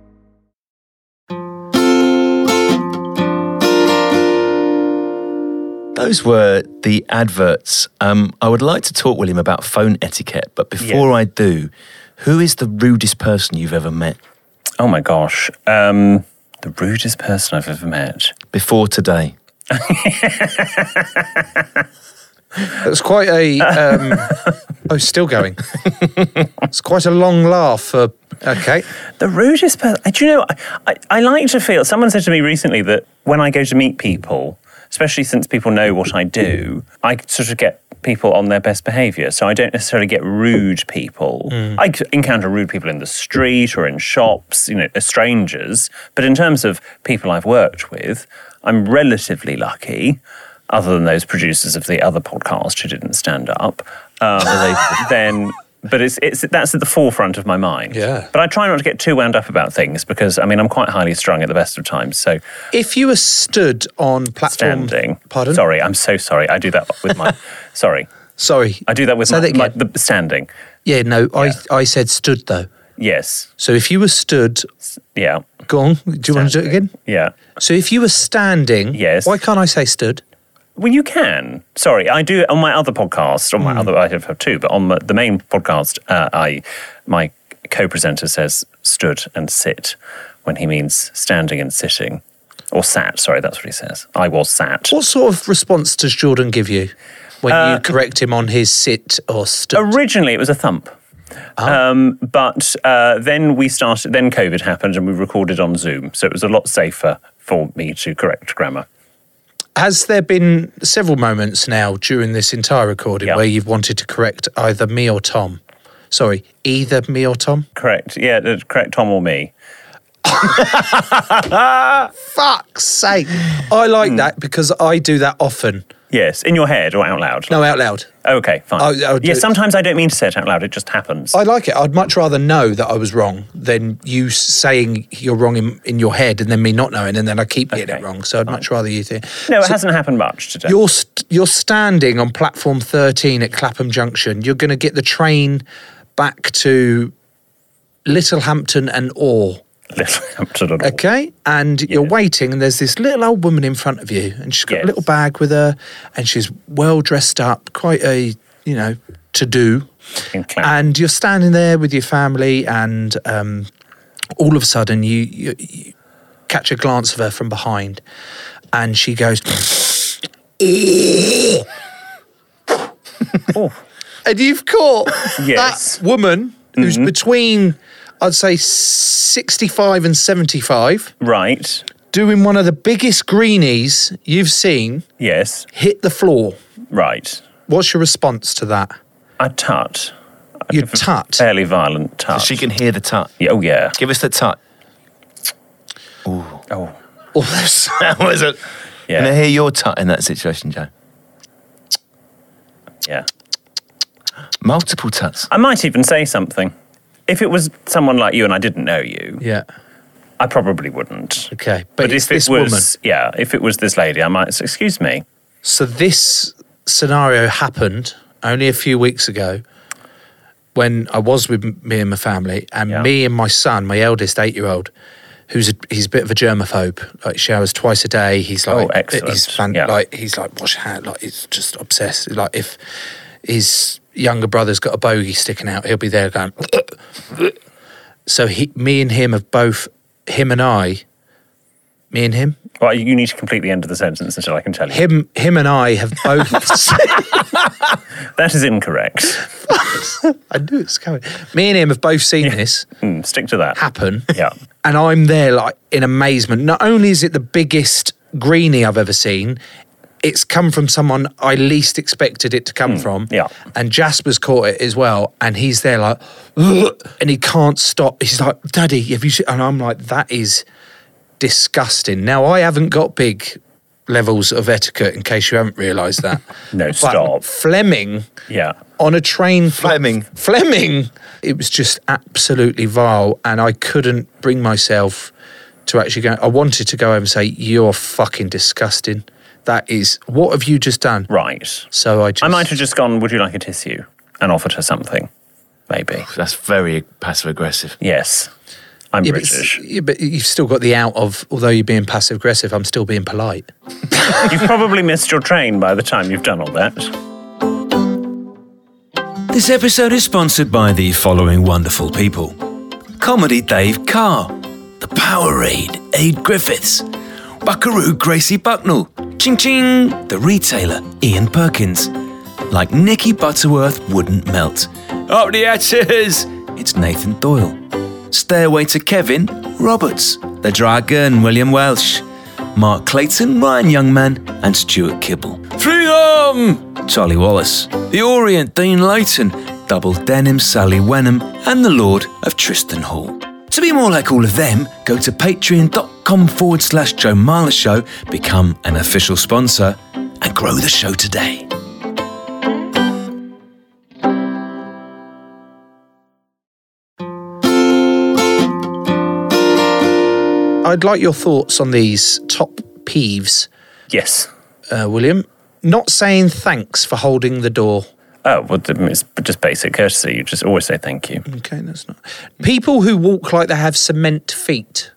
Speaker 4: Those were the adverts. Um, I would like to talk, William, about phone etiquette, but before
Speaker 6: Yes.
Speaker 4: I do, who is the rudest person you've ever met
Speaker 6: Oh my gosh. Um, the rudest person I've ever met.
Speaker 4: before today?
Speaker 5: It was quite a.
Speaker 6: [laughs]
Speaker 5: Um, oh, still going. It's quite a long laugh. For, okay,
Speaker 6: The rudest person. Do you know, I, I, I like to feel. Someone said to me recently that when I go to meet people, especially since people know what I do, I sort of get people on their best behavior. So I don't necessarily get rude people.
Speaker 9: Mm.
Speaker 6: I c- encounter rude people in the street or in shops, you know, as strangers. But in terms of people I've worked with, I'm relatively lucky, other than those producers of the other podcast who didn't stand up. Um, then. But it's, it's that's at the forefront of my mind.
Speaker 5: Yeah.
Speaker 6: But I try not to get too wound up about things because I mean I'm quite highly strung at the best of times. So
Speaker 5: If you were stood on platform,
Speaker 6: standing.
Speaker 5: Pardon?
Speaker 6: Sorry, I'm so sorry. I do that
Speaker 5: [laughs]
Speaker 6: with my. sorry.
Speaker 5: Sorry.
Speaker 6: I do that with
Speaker 5: Say
Speaker 6: my,
Speaker 5: that
Speaker 6: my- the standing.
Speaker 5: yeah, no, I I said stood though.
Speaker 6: Yes.
Speaker 5: So if you were stood,
Speaker 6: yeah,
Speaker 5: go on. Do you want to do it again?
Speaker 6: Yeah.
Speaker 5: So if you were standing,
Speaker 6: yes.
Speaker 5: Why can't I say stood?
Speaker 6: Well, you can. Sorry, I do on my other podcast.
Speaker 5: Hmm.
Speaker 6: On my other, I have two, but on my, the main podcast, uh, I my co-presenter says stood and sit when he means standing and sitting, or sat. Sorry, that's what he says. I was sat.
Speaker 5: What sort of response does Jordan give you when you correct him on his sit or stood?
Speaker 6: Originally, it was Uh, a thump.
Speaker 5: Ah.
Speaker 6: Um, but uh, then we started. Then COVID happened, and we recorded on Zoom, so it was a lot safer for me to correct grammar.
Speaker 5: Has there been several moments now during this entire recording where you've wanted to correct either me or Tom? Sorry, either me or Tom?
Speaker 6: Correct. Yeah, uh, correct. Tom or me.
Speaker 5: Fuck's sake. I like that because I do that often.
Speaker 6: Yes, in your head or out loud.
Speaker 5: No, out loud.
Speaker 6: Okay, fine.
Speaker 5: I'll- I'll do
Speaker 6: yeah,
Speaker 5: it.
Speaker 6: sometimes I don't mean to say it out loud; it just happens.
Speaker 5: I like it. I'd much rather know that I was wrong than you saying you're wrong in, in your head and then me not knowing and then I keep getting it wrong. So I'd much rather you think.
Speaker 6: No, it
Speaker 5: So
Speaker 6: hasn't happened much today. [laughs]
Speaker 5: You're, st- you're standing on platform 13 at Clapham Junction. You're going to get the train back to Littlehampton and Orr.
Speaker 6: Littlehampton and Orr.
Speaker 5: Okay, and you're waiting, and there's this little old woman in front of you, and she's got a little bag with her, and she's well dressed up, quite a you know to do, and you're standing there with your family, and um, all of a sudden you, you, you catch a glance of her from behind, and she
Speaker 6: [laughs]
Speaker 5: goes,
Speaker 6: Oh.
Speaker 5: and you've caught that woman who's
Speaker 6: Mm-hmm.
Speaker 5: between, I'd say, 65 and 75.
Speaker 6: Right.
Speaker 5: Doing one of the biggest greenies you've seen.
Speaker 6: Yes.
Speaker 5: Hit the floor.
Speaker 6: Right.
Speaker 5: What's your response to that? [laughs]
Speaker 6: A tut.
Speaker 5: Your tut.
Speaker 6: Fairly violent tut.
Speaker 4: she can hear the tut.
Speaker 6: Yeah, oh, yeah.
Speaker 4: Oh. Give us the tut. [laughs] Ooh.
Speaker 6: Oh.
Speaker 5: Oh, that
Speaker 4: was it.
Speaker 6: Yeah.
Speaker 4: Can I hear your tut in that situation, Joe?
Speaker 6: Yeah.
Speaker 4: Multiple tuts.
Speaker 6: I might even say something. If it was someone like you and I didn't know you,
Speaker 5: yeah,
Speaker 6: I probably wouldn't.
Speaker 5: Okay, but it's
Speaker 6: if
Speaker 5: this
Speaker 6: it was,
Speaker 5: woman.
Speaker 6: yeah, if it was this lady, I might say, "Excuse me."
Speaker 5: So this scenario happened only a few weeks ago when I was with m- me and my family, and me and my son, my eldest eight-year-old, who's a, he's a bit of a germaphobe. Like showers twice a day. He's like,
Speaker 6: Oh, excellent.
Speaker 5: he's fan-
Speaker 6: Yeah.
Speaker 5: like he's like wash your hand. Like he's just obsessed. Like if his younger brother's got a bogey sticking out, he'll be there going. [coughs] so he, me and him have both him and I, me and him,
Speaker 6: Well, you need to complete the end of the sentence until I can tell you.
Speaker 5: him, him and I have
Speaker 6: [laughs]
Speaker 5: both.
Speaker 6: That is incorrect.
Speaker 5: [laughs] I knew it was coming. Me and him have both seen this.
Speaker 6: Hmm, stick to that.
Speaker 5: Happen.
Speaker 6: Yeah.
Speaker 5: And I'm there like in amazement. Not only is it the biggest greenie I've ever seen, it's come from someone I least expected it to come from. Hmm, Yeah. And Jasper's caught it as well. And he's there like, [sniffs] "Ugh," and he can't stop. He's like, Daddy, have you seen? And I'm like, that is disgusting. Now, I haven't got big levels of etiquette in case you haven't realised [laughs] that.
Speaker 6: no,
Speaker 5: stop. Fleming
Speaker 6: Yeah.
Speaker 5: on a train. Fleming. Fleming. It was just absolutely vile, and I couldn't bring myself to actually go. I wanted to go over and say, "You're fucking disgusting." That is what have you just done?
Speaker 6: Right.
Speaker 5: So I just.
Speaker 6: I might have just gone, would you like a tissue? And offered her something, maybe.
Speaker 4: That's very passive aggressive.
Speaker 6: Yes. I'm
Speaker 5: Yeah, but it's-
Speaker 6: British.
Speaker 5: yeah, but you've still got the out of although you're being passive aggressive, I'm still being polite.
Speaker 6: [laughs] You've probably missed your train by the time you've done all that.
Speaker 10: This episode is sponsored by the following wonderful people Comedy Dave Carr, The Powerade, Aid Griffiths, Buckaroo Gracie Bucknell, Ching Ching, The Retailer, Ian Perkins. Like Nikki Butterworth wouldn't melt. Up the hatches! It's Nathan Doyle. Stairway to Kevin, Roberts, The Dragon, William Welsh, Mark Clayton, Ryan Youngman, and Stuart Kibble. Freedom!
Speaker 4: Charlie Wallace, The Orient, Dean Layton, Double Denim, Sally Wenham, and the Lord of Tristan Hall. To be more like all of them, go to patreon.com forward slash Joe Marler Show, become an official sponsor, and grow the show today.
Speaker 5: I'd like your thoughts on these top peeves.
Speaker 6: Yes.
Speaker 5: Uh, William, not saying thanks for holding the door.
Speaker 6: Oh, well, it's just basic courtesy. You just always say thank you.
Speaker 5: Okay, that's not. People who walk like they have cement feet.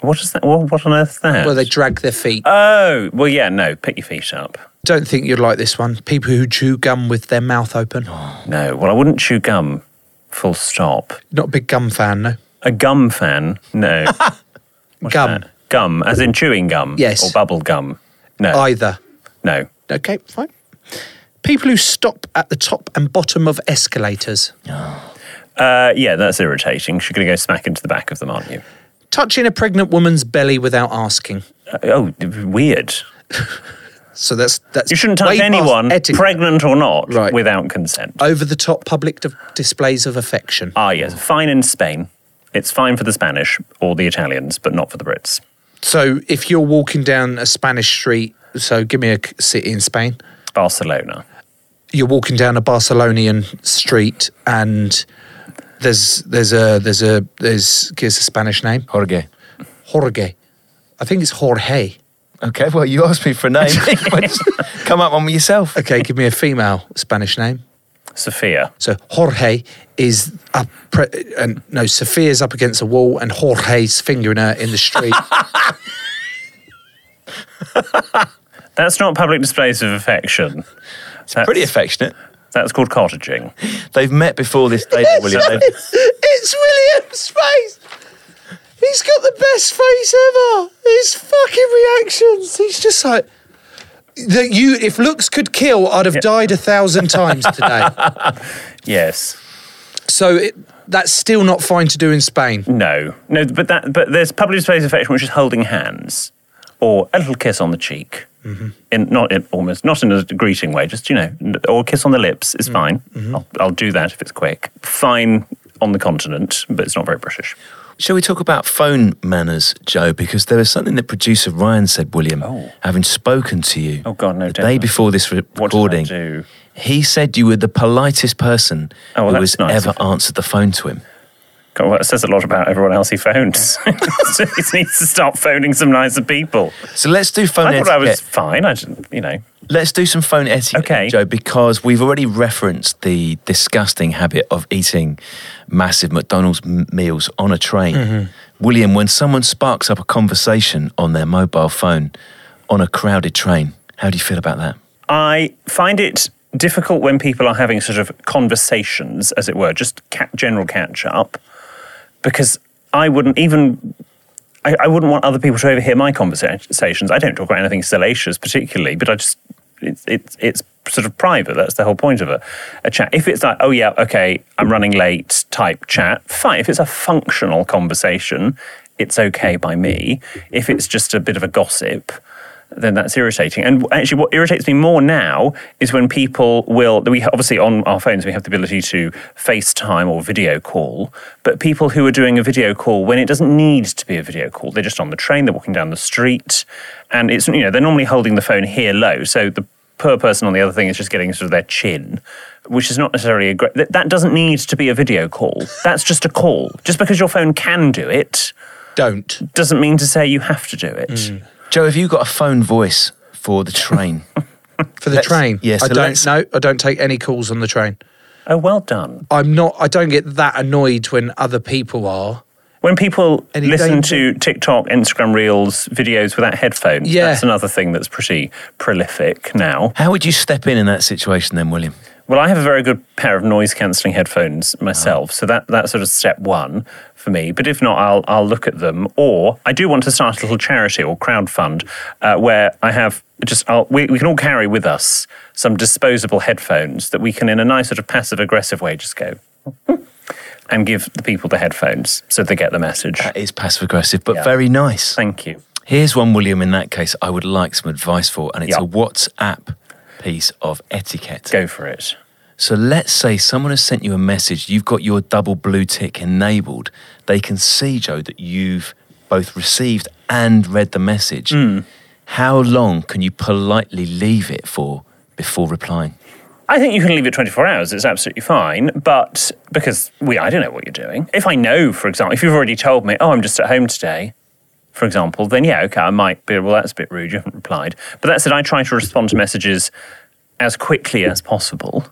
Speaker 6: What is that? What, what on earth is that?
Speaker 5: Well, they drag their feet.
Speaker 6: Oh, well, yeah, no, pick your feet up.
Speaker 5: Don't think you'd like this one. People who chew gum with their mouth open.
Speaker 6: Oh. No, well, I wouldn't chew gum, full stop.
Speaker 5: Not a big gum fan, no.
Speaker 6: A gum fan?
Speaker 5: [laughs]
Speaker 6: No. What's
Speaker 5: Gum.
Speaker 6: that? Gum, as in chewing gum?
Speaker 5: Yes.
Speaker 6: Or bubble gum? No.
Speaker 5: Either.
Speaker 6: No.
Speaker 5: Okay, fine. People who stop at the top and bottom of escalators.
Speaker 6: Uh, yeah, that's irritating. 'cause You're going to go smack into the back of them, aren't you?
Speaker 5: Touching a pregnant woman's belly without asking.
Speaker 6: Uh, oh, d- weird.
Speaker 5: So that's that's
Speaker 6: You shouldn't
Speaker 5: way
Speaker 6: touch
Speaker 5: past
Speaker 6: anyone,
Speaker 5: etiquette.
Speaker 6: pregnant or not,
Speaker 5: Right.
Speaker 6: without consent.
Speaker 5: over the top public d- displays of affection.
Speaker 6: Ah, yes, fine in Spain. It's fine for the Spanish or the Italians, but not for the Brits.
Speaker 5: So if you're walking down a Spanish street, so give me a c- city in Spain.
Speaker 6: Barcelona.
Speaker 5: You're walking down a Barcelonian street, and there's there's a there's a there's here's a Spanish name,
Speaker 4: Jorge.
Speaker 5: Jorge. I think it's Jorge.
Speaker 4: Okay, well, you asked me for a name. [laughs] Why don't you Come up one with yourself.
Speaker 5: Okay, give me a female Spanish name.
Speaker 6: Sophia.
Speaker 5: So Jorge is up, pre- and no, Sophia's up against a wall, and Jorge's fingering her in the street.
Speaker 6: That's not public displays of affection. That's,
Speaker 4: Pretty affectionate.
Speaker 6: that's called cottaging.
Speaker 4: They've met before this date, William. They've-
Speaker 5: it's William's face. He's got the best face ever. His fucking reactions. He's just like that. You, if looks could kill, I'd have died a thousand times
Speaker 4: [laughs]
Speaker 5: today.
Speaker 6: Yes.
Speaker 5: so it, that's still not fine to do in Spain.
Speaker 6: No. No, but that but there's public displays of affection which is holding hands or a little kiss on the cheek. In not in almost not in a greeting way, just you know, n- or a kiss on the lips is fine. I'll, I'll do that if it's quick. Fine on the continent, but it's not very British.
Speaker 4: Shall we talk about phone manners, Joe? Because there was something that producer Ryan said, William, having spoken to you
Speaker 6: Oh God, no.
Speaker 4: the day before this re-
Speaker 6: what did I
Speaker 4: recording.
Speaker 6: do?
Speaker 4: He said you were the politest person
Speaker 6: Oh, well,
Speaker 4: who
Speaker 6: that's
Speaker 4: has
Speaker 6: nice
Speaker 4: ever
Speaker 6: of him.
Speaker 4: answered the phone to him.
Speaker 6: God, well, it says a lot about everyone else he phones. So [laughs] he needs to start phoning some nicer people.
Speaker 4: So let's do phone
Speaker 6: I thought
Speaker 4: etiquette.
Speaker 6: I was fine. I didn't, you know.
Speaker 4: Let's do some phone etiquette,
Speaker 6: Okay.
Speaker 4: Joe, because we've already referenced the disgusting habit of eating massive McDonald's m- meals on a train.
Speaker 6: Mm-hmm.
Speaker 4: William, when someone sparks up a conversation on their mobile phone on a crowded train, how do you feel about that?
Speaker 6: I find it difficult when people are having sort of conversations, as it were, just ca general catch up, because I wouldn't even. I, I wouldn't want other people to overhear my conversations. I don't talk about anything salacious particularly, but I just it's it's it's sort of private. That's the whole point of a, a chat. If it's like, oh yeah, okay, I'm running late type chat, fine. If it's a functional conversation, it's okay by me. If it's just a bit of a gossip, then that's irritating. And actually, what irritates me more now is when people will. We obviously on our phones we have the ability to FaceTime or video call, but people who are doing a video call when it doesn't need to be a video call, they're just on the train, they're walking down the street, and it's you know they're normally holding the phone here low, so the per person on the other thing is just getting sort of their chin, which is not necessarily a great. That, that doesn't need to be a video call. That's just a call. Just because your phone can do it
Speaker 5: Don't.
Speaker 6: doesn't mean to say you have to do it.
Speaker 4: Joe, have you got a phone voice for the
Speaker 6: [laughs]
Speaker 4: train?
Speaker 5: For the
Speaker 4: Let's-
Speaker 5: train.
Speaker 4: yeah, so
Speaker 5: I don't
Speaker 4: let's-
Speaker 5: know. I don't take any calls on the train.
Speaker 6: Oh, well done.
Speaker 5: I'm not. I don't get that annoyed when other people are.
Speaker 6: When people
Speaker 5: Any
Speaker 6: listen
Speaker 5: danger?
Speaker 6: to TikTok, Instagram Reels, videos without headphones,
Speaker 5: Yeah.
Speaker 6: that's another thing that's pretty prolific now.
Speaker 4: how would you step in in that situation then, William?
Speaker 6: Well, I have a very good pair of noise cancelling headphones myself,
Speaker 4: Ah.
Speaker 6: so that that's sort of step one for me. But if not, I'll I'll look at them, or I do want to start a little charity or crowdfund uh, where I have just I'll, we we can all carry with us some disposable headphones that we can, in a nice sort of passive aggressive way, just go. [laughs] And give the people the headphones so they get the message.
Speaker 4: That is passive aggressive, but
Speaker 6: Yeah.
Speaker 4: very nice.
Speaker 6: Thank you.
Speaker 4: Here's one, William, in that case, I would like some advice for, and it's
Speaker 6: Yeah.
Speaker 4: a WhatsApp piece of etiquette.
Speaker 6: Go for it.
Speaker 4: So let's say someone has sent you a message, you've got your double blue tick enabled. They can see, Joe, that you've both received and read the message. How long can you politely leave it for before [laughs] replying?
Speaker 6: I think you can leave it 24 hours. It's absolutely fine. But because we, I don't know what you're doing. If I know, for example, if you've already told me, oh, I'm just at home today, for example, then yeah, okay, I might be, well, that's a bit rude. You haven't replied. But that said, I try to respond to messages as quickly as possible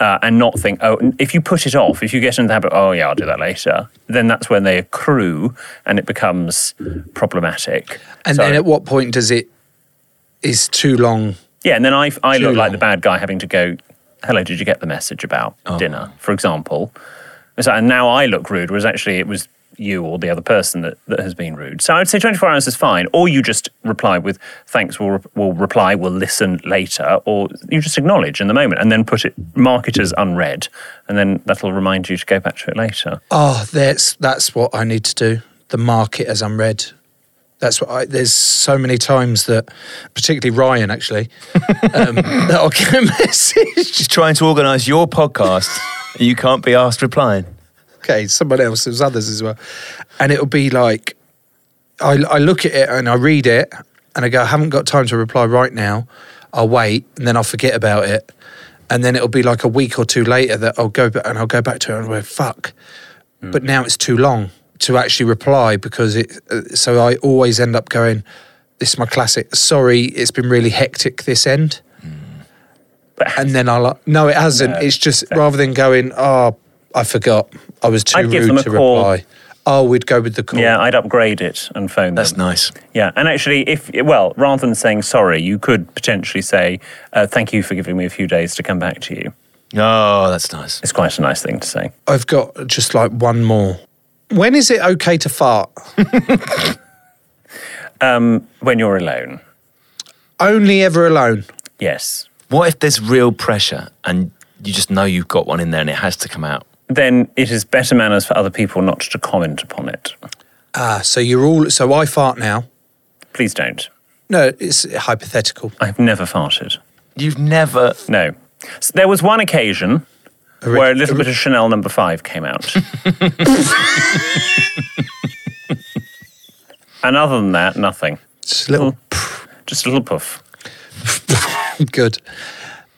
Speaker 6: uh, and not think, oh, n- if you put it off, if you get into the habit, oh, yeah, I'll do that later, then that's when they accrue and it becomes problematic.
Speaker 5: And
Speaker 6: So-
Speaker 5: then at what point does it is too long?
Speaker 6: yeah, and then I, I
Speaker 5: Too
Speaker 6: look like the bad guy having to go, hello, did you get the message about dinner, for example? And so- and now I look rude, whereas actually it was you or the other person that, that has been rude. So I would say 24 hours is fine, or you just reply with, thanks, we'll, re- we'll reply, we'll listen later, or you just acknowledge in the moment and then put it, mark it as unread, and then that'll remind you to go back to it later.
Speaker 5: Oh, that's that's what I need to do. The market as I'm read. That's what I. There's so many times that, particularly Ryan, actually, um, that I'll get a message.
Speaker 4: Just trying to organise your [laughs] podcast, and you can't be asked replying.
Speaker 5: Okay, someone else. There's others as well, and it'll be like, I, I look at it and I read it, and I go, I haven't got time to reply right now. I'll wait, and then I'll forget about it, and then it'll be like a week or two later that I'll go back and I'll go back to it and I go, fuck.
Speaker 6: Hmm.
Speaker 5: But now it's too long to actually reply because it. uh, So I always end up going. This is my classic. Sorry, it's been really hectic this end.
Speaker 6: Hmm.
Speaker 5: And then I'll no, it hasn't. it's just rather than going, oh, I forgot, I was too
Speaker 6: I'd
Speaker 5: rude
Speaker 6: give them a
Speaker 5: to
Speaker 6: call.
Speaker 5: reply. Oh, we'd go with the call.
Speaker 6: Yeah, I'd upgrade it and phone
Speaker 4: That's
Speaker 6: them.
Speaker 4: nice.
Speaker 6: Yeah, and actually, if well, rather than saying sorry, you could potentially say uh, thank you for giving me a few days to come back to you.
Speaker 4: Oh, that's nice.
Speaker 6: It's quite a nice thing to say.
Speaker 5: I've got just like one more. When is it okay to fart?
Speaker 6: Um, when you're alone,
Speaker 5: Only ever alone.
Speaker 6: yes,
Speaker 4: What if there's real pressure and you just know you've got one in there and it has to come out?
Speaker 6: then it is better manners for other people not to comment upon it.
Speaker 5: Ah, so you're all. So I fart now.
Speaker 6: Please don't.
Speaker 5: No, it's hypothetical.
Speaker 6: I've never farted.
Speaker 4: You've never.
Speaker 6: No, S there was one occasion where a little bit of Chanel Number Five came out. and other than that, nothing.
Speaker 5: Just a little
Speaker 6: Just a little puff. Oh.
Speaker 5: good.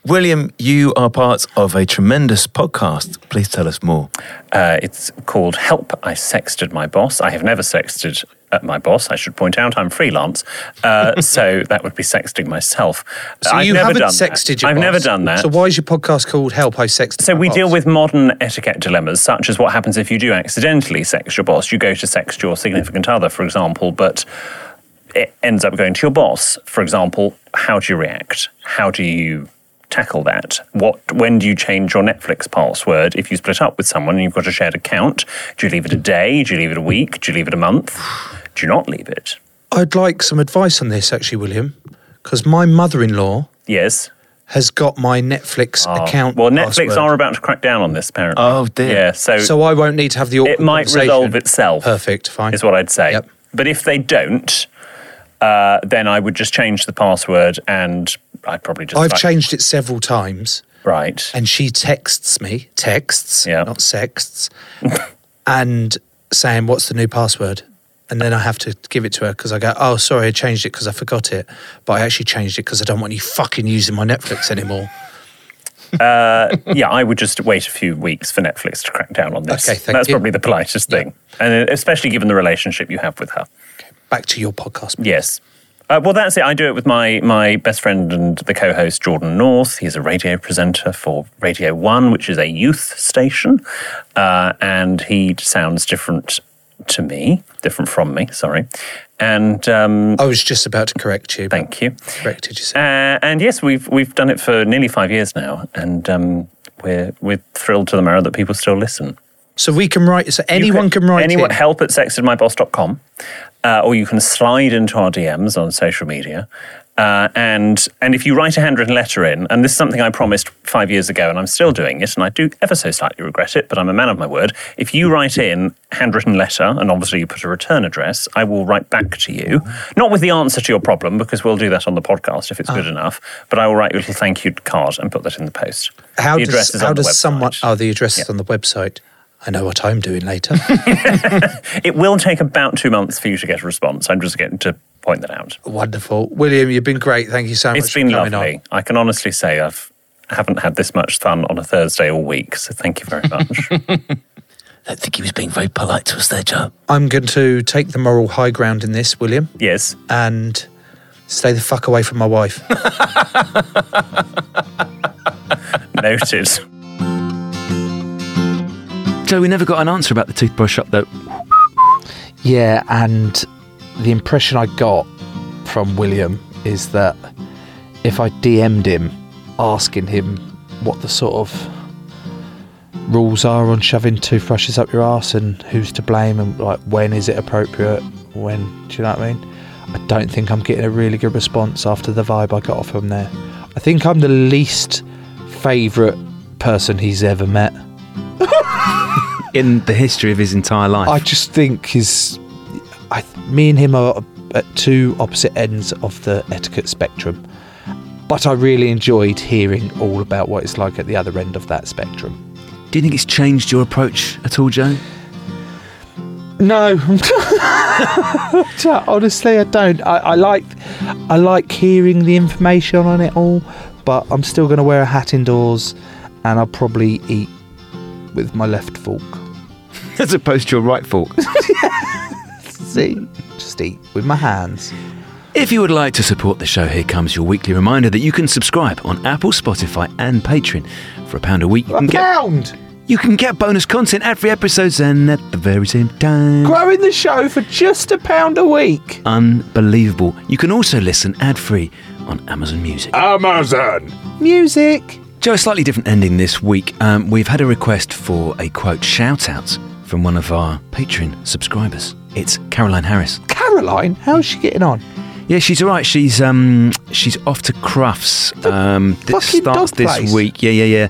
Speaker 4: William, you are part of a tremendous podcast. Please tell us more.
Speaker 6: Uh, it's called Help I Sexted My Boss. I have never sexted at my boss. I should point out I'm freelance.
Speaker 5: [laughs]
Speaker 6: Uh, so that would be sexting myself.
Speaker 5: So
Speaker 6: I've
Speaker 5: you
Speaker 6: never
Speaker 5: haven't
Speaker 6: done that.
Speaker 5: sexted your
Speaker 6: I've never
Speaker 5: boss.
Speaker 6: done that.
Speaker 5: So why is your podcast called Help I Sexted?
Speaker 6: So
Speaker 5: My
Speaker 6: we
Speaker 5: Boss?
Speaker 6: deal with modern etiquette dilemmas, such as what happens if you do accidentally sext your boss. You go to sext your significant other, for example, but it ends up going to your boss. For example, how do you react? How do you tackle that? What when do you change your Netflix password if you split up with someone and you've got a shared account? Do you leave it a day? Do you leave it a week? Do you leave it a month? [sighs] Do you not leave it?
Speaker 5: I'd like some advice on this, actually, William, because my mother-in-law
Speaker 6: Yes.
Speaker 5: has got my Netflix
Speaker 6: Ah,
Speaker 5: account.
Speaker 6: Well, Netflix
Speaker 5: password.
Speaker 6: are about to crack down on this apparently.
Speaker 4: Oh, dear.
Speaker 6: Yeah, so,
Speaker 5: So I won't need to have the awkward
Speaker 6: it might
Speaker 5: conversation.
Speaker 6: resolve itself.
Speaker 5: Perfect, fine.
Speaker 6: is what I'd say.
Speaker 5: Yep.
Speaker 6: But if they don't, uh, then I would just change the password and I'd probably just.
Speaker 5: I've
Speaker 6: like-
Speaker 5: changed it several times, [laughs]
Speaker 6: Right.
Speaker 5: and she texts me, texts,
Speaker 6: Yeah.
Speaker 5: not sexts, [laughs] and saying, "What's the new password?" And then I have to give it to her because I go, "Oh, sorry, I changed it because I forgot it, but I actually changed it because I don't want you fucking using my Netflix anymore."
Speaker 6: yeah, I would just wait a few weeks for Netflix to crack down on this.
Speaker 5: Okay, thank
Speaker 6: That's
Speaker 5: you.
Speaker 6: probably the politest thing. And uh, especially given the relationship you have with her.
Speaker 5: Back to your podcast.
Speaker 6: Yes. Uh, well, that's it. I do it with my, my best friend and the co host, Jordan North. He's a radio presenter for Radio One, which is a youth station. Uh, and he sounds different to me, different from me, sorry. And um,
Speaker 5: I was just about to correct you. but
Speaker 6: thank you.
Speaker 5: Corrected yourself.
Speaker 6: Uh, and yes, we've we've done it for nearly five years now, and um, we're we're thrilled to the marrow that people still listen.
Speaker 5: So we can write. So
Speaker 6: You
Speaker 5: anyone can, write.
Speaker 6: anyone
Speaker 5: in.
Speaker 6: help at sexedmyboss.com, uh, or you can slide into our DMs on social media. Uh, and and if you write a handwritten letter in, and this is something I promised five years ago, and I'm still doing it, and I do ever so slightly regret it, but I'm a man of my word. If you write in handwritten letter, and obviously you put a return address, I will write back to you, not with the answer to your problem, because we'll do that on the podcast if it's
Speaker 11: Ah.
Speaker 6: good enough. But I will write you a little thank you card and put that in the post.
Speaker 11: How
Speaker 6: the address
Speaker 11: does,
Speaker 6: is
Speaker 11: how
Speaker 6: on
Speaker 11: does
Speaker 6: the website.
Speaker 11: someone? Oh, the address is on the website. I know what I'm doing
Speaker 6: [laughs]
Speaker 11: later.
Speaker 6: It will take about two months for you to get a response. I'm just getting to point that out.
Speaker 11: Wonderful, William. You've been great. Thank you so much.
Speaker 6: It's been
Speaker 11: for coming
Speaker 6: lovely.
Speaker 11: On.
Speaker 6: I can honestly say I've haven't had this much fun on a Thursday all week. So thank you
Speaker 11: [laughs]
Speaker 6: very much.
Speaker 12: I think he was being very polite to us there, Joe.
Speaker 11: I'm going to take the moral high ground in this, William.
Speaker 6: Yes.
Speaker 11: And stay the fuck away from my wife.
Speaker 6: Noted.
Speaker 4: Joe, we never got an answer about the toothbrush shop, though.
Speaker 5: Yeah, and the impression I got from William is that if I DM'd him asking him what the sort of rules are on shoving toothbrushes up your arse and who's to blame and like when is it appropriate, when do you know what I mean? I don't think I'm getting a really good response after the vibe I got off him there. I think I'm the least favourite person he's ever met.
Speaker 4: In the history of his entire life.
Speaker 5: I just think his, I, th- me and him are at two opposite ends of the etiquette spectrum, but I really enjoyed hearing all about what it's like at the other end of that spectrum.
Speaker 4: Do you think it's changed your approach at all, Joe?
Speaker 5: No, [laughs] honestly, I don't. I, I like, I like hearing the information on it all, but I'm still going to wear a hat indoors, and I'll probably eat with my left fork.
Speaker 4: [laughs] As opposed to your right fork.
Speaker 5: See, just eat with my hands.
Speaker 4: [laughs] If you would like to support the show, here comes your weekly reminder that you can subscribe on Apple, Spotify, and Patreon. For a pound a week, you can get
Speaker 5: Pound.
Speaker 4: you can get bonus content ad free episodes and at the very same time.
Speaker 5: growing the show for just a pound a week.
Speaker 4: Unbelievable. You can also listen ad free on Amazon Music.
Speaker 13: Amazon!
Speaker 5: Music.
Speaker 4: Joe, a slightly different ending this week. Um, we've had a request for a quote shout out from one of our Patreon subscribers. It's Caroline Harris.
Speaker 5: Caroline, how's she getting on?
Speaker 4: Yeah, she's all right. She's um, she's off to Crufts. Um, that
Speaker 5: fucking
Speaker 4: starts
Speaker 5: dog
Speaker 4: this
Speaker 5: place.
Speaker 4: week. Yeah, yeah,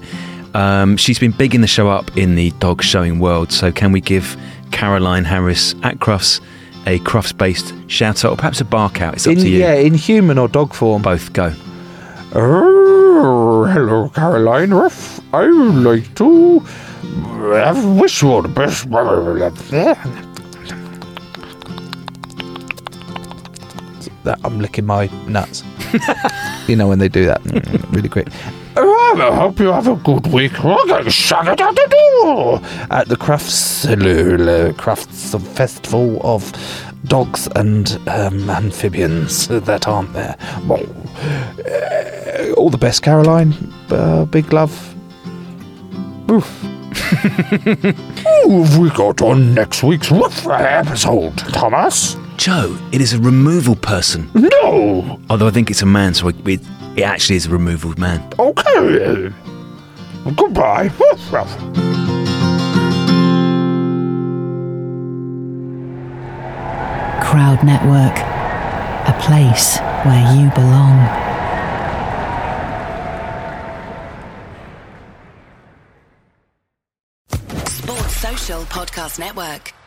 Speaker 4: yeah. Um, she's been bigging the show up in the dog showing world. So can we give Caroline Harris at Crufts a Crufts-based shout out, or perhaps a bark out? It's up
Speaker 5: in,
Speaker 4: to you.
Speaker 5: Yeah, in human or dog form.
Speaker 4: Both go.
Speaker 5: Oh, hello, Caroline. Ruff. I would like to have wish you all the best. Blah, blah, blah, blah. That I'm licking my nuts. [laughs] you know when they do that Mm, really quick. Oh, I hope you have a good week. Oh, like, shut it out the door. At the crafts, hello, crafts of festival of dogs and um, amphibians that aren't there. Well, uh, all the best, Caroline. Uh, big love. Oof. [laughs] Who have we got on next week's Woof episode, Thomas?
Speaker 4: Joe, it is a removal
Speaker 5: [laughs]
Speaker 4: person.
Speaker 5: No.
Speaker 4: Although I think it's a man, so it, it, it actually is a removal man.
Speaker 5: Okay. Goodbye. Woof, woof.
Speaker 14: Crowd Network, a place where you belong.
Speaker 15: Sports Social Podcast Network.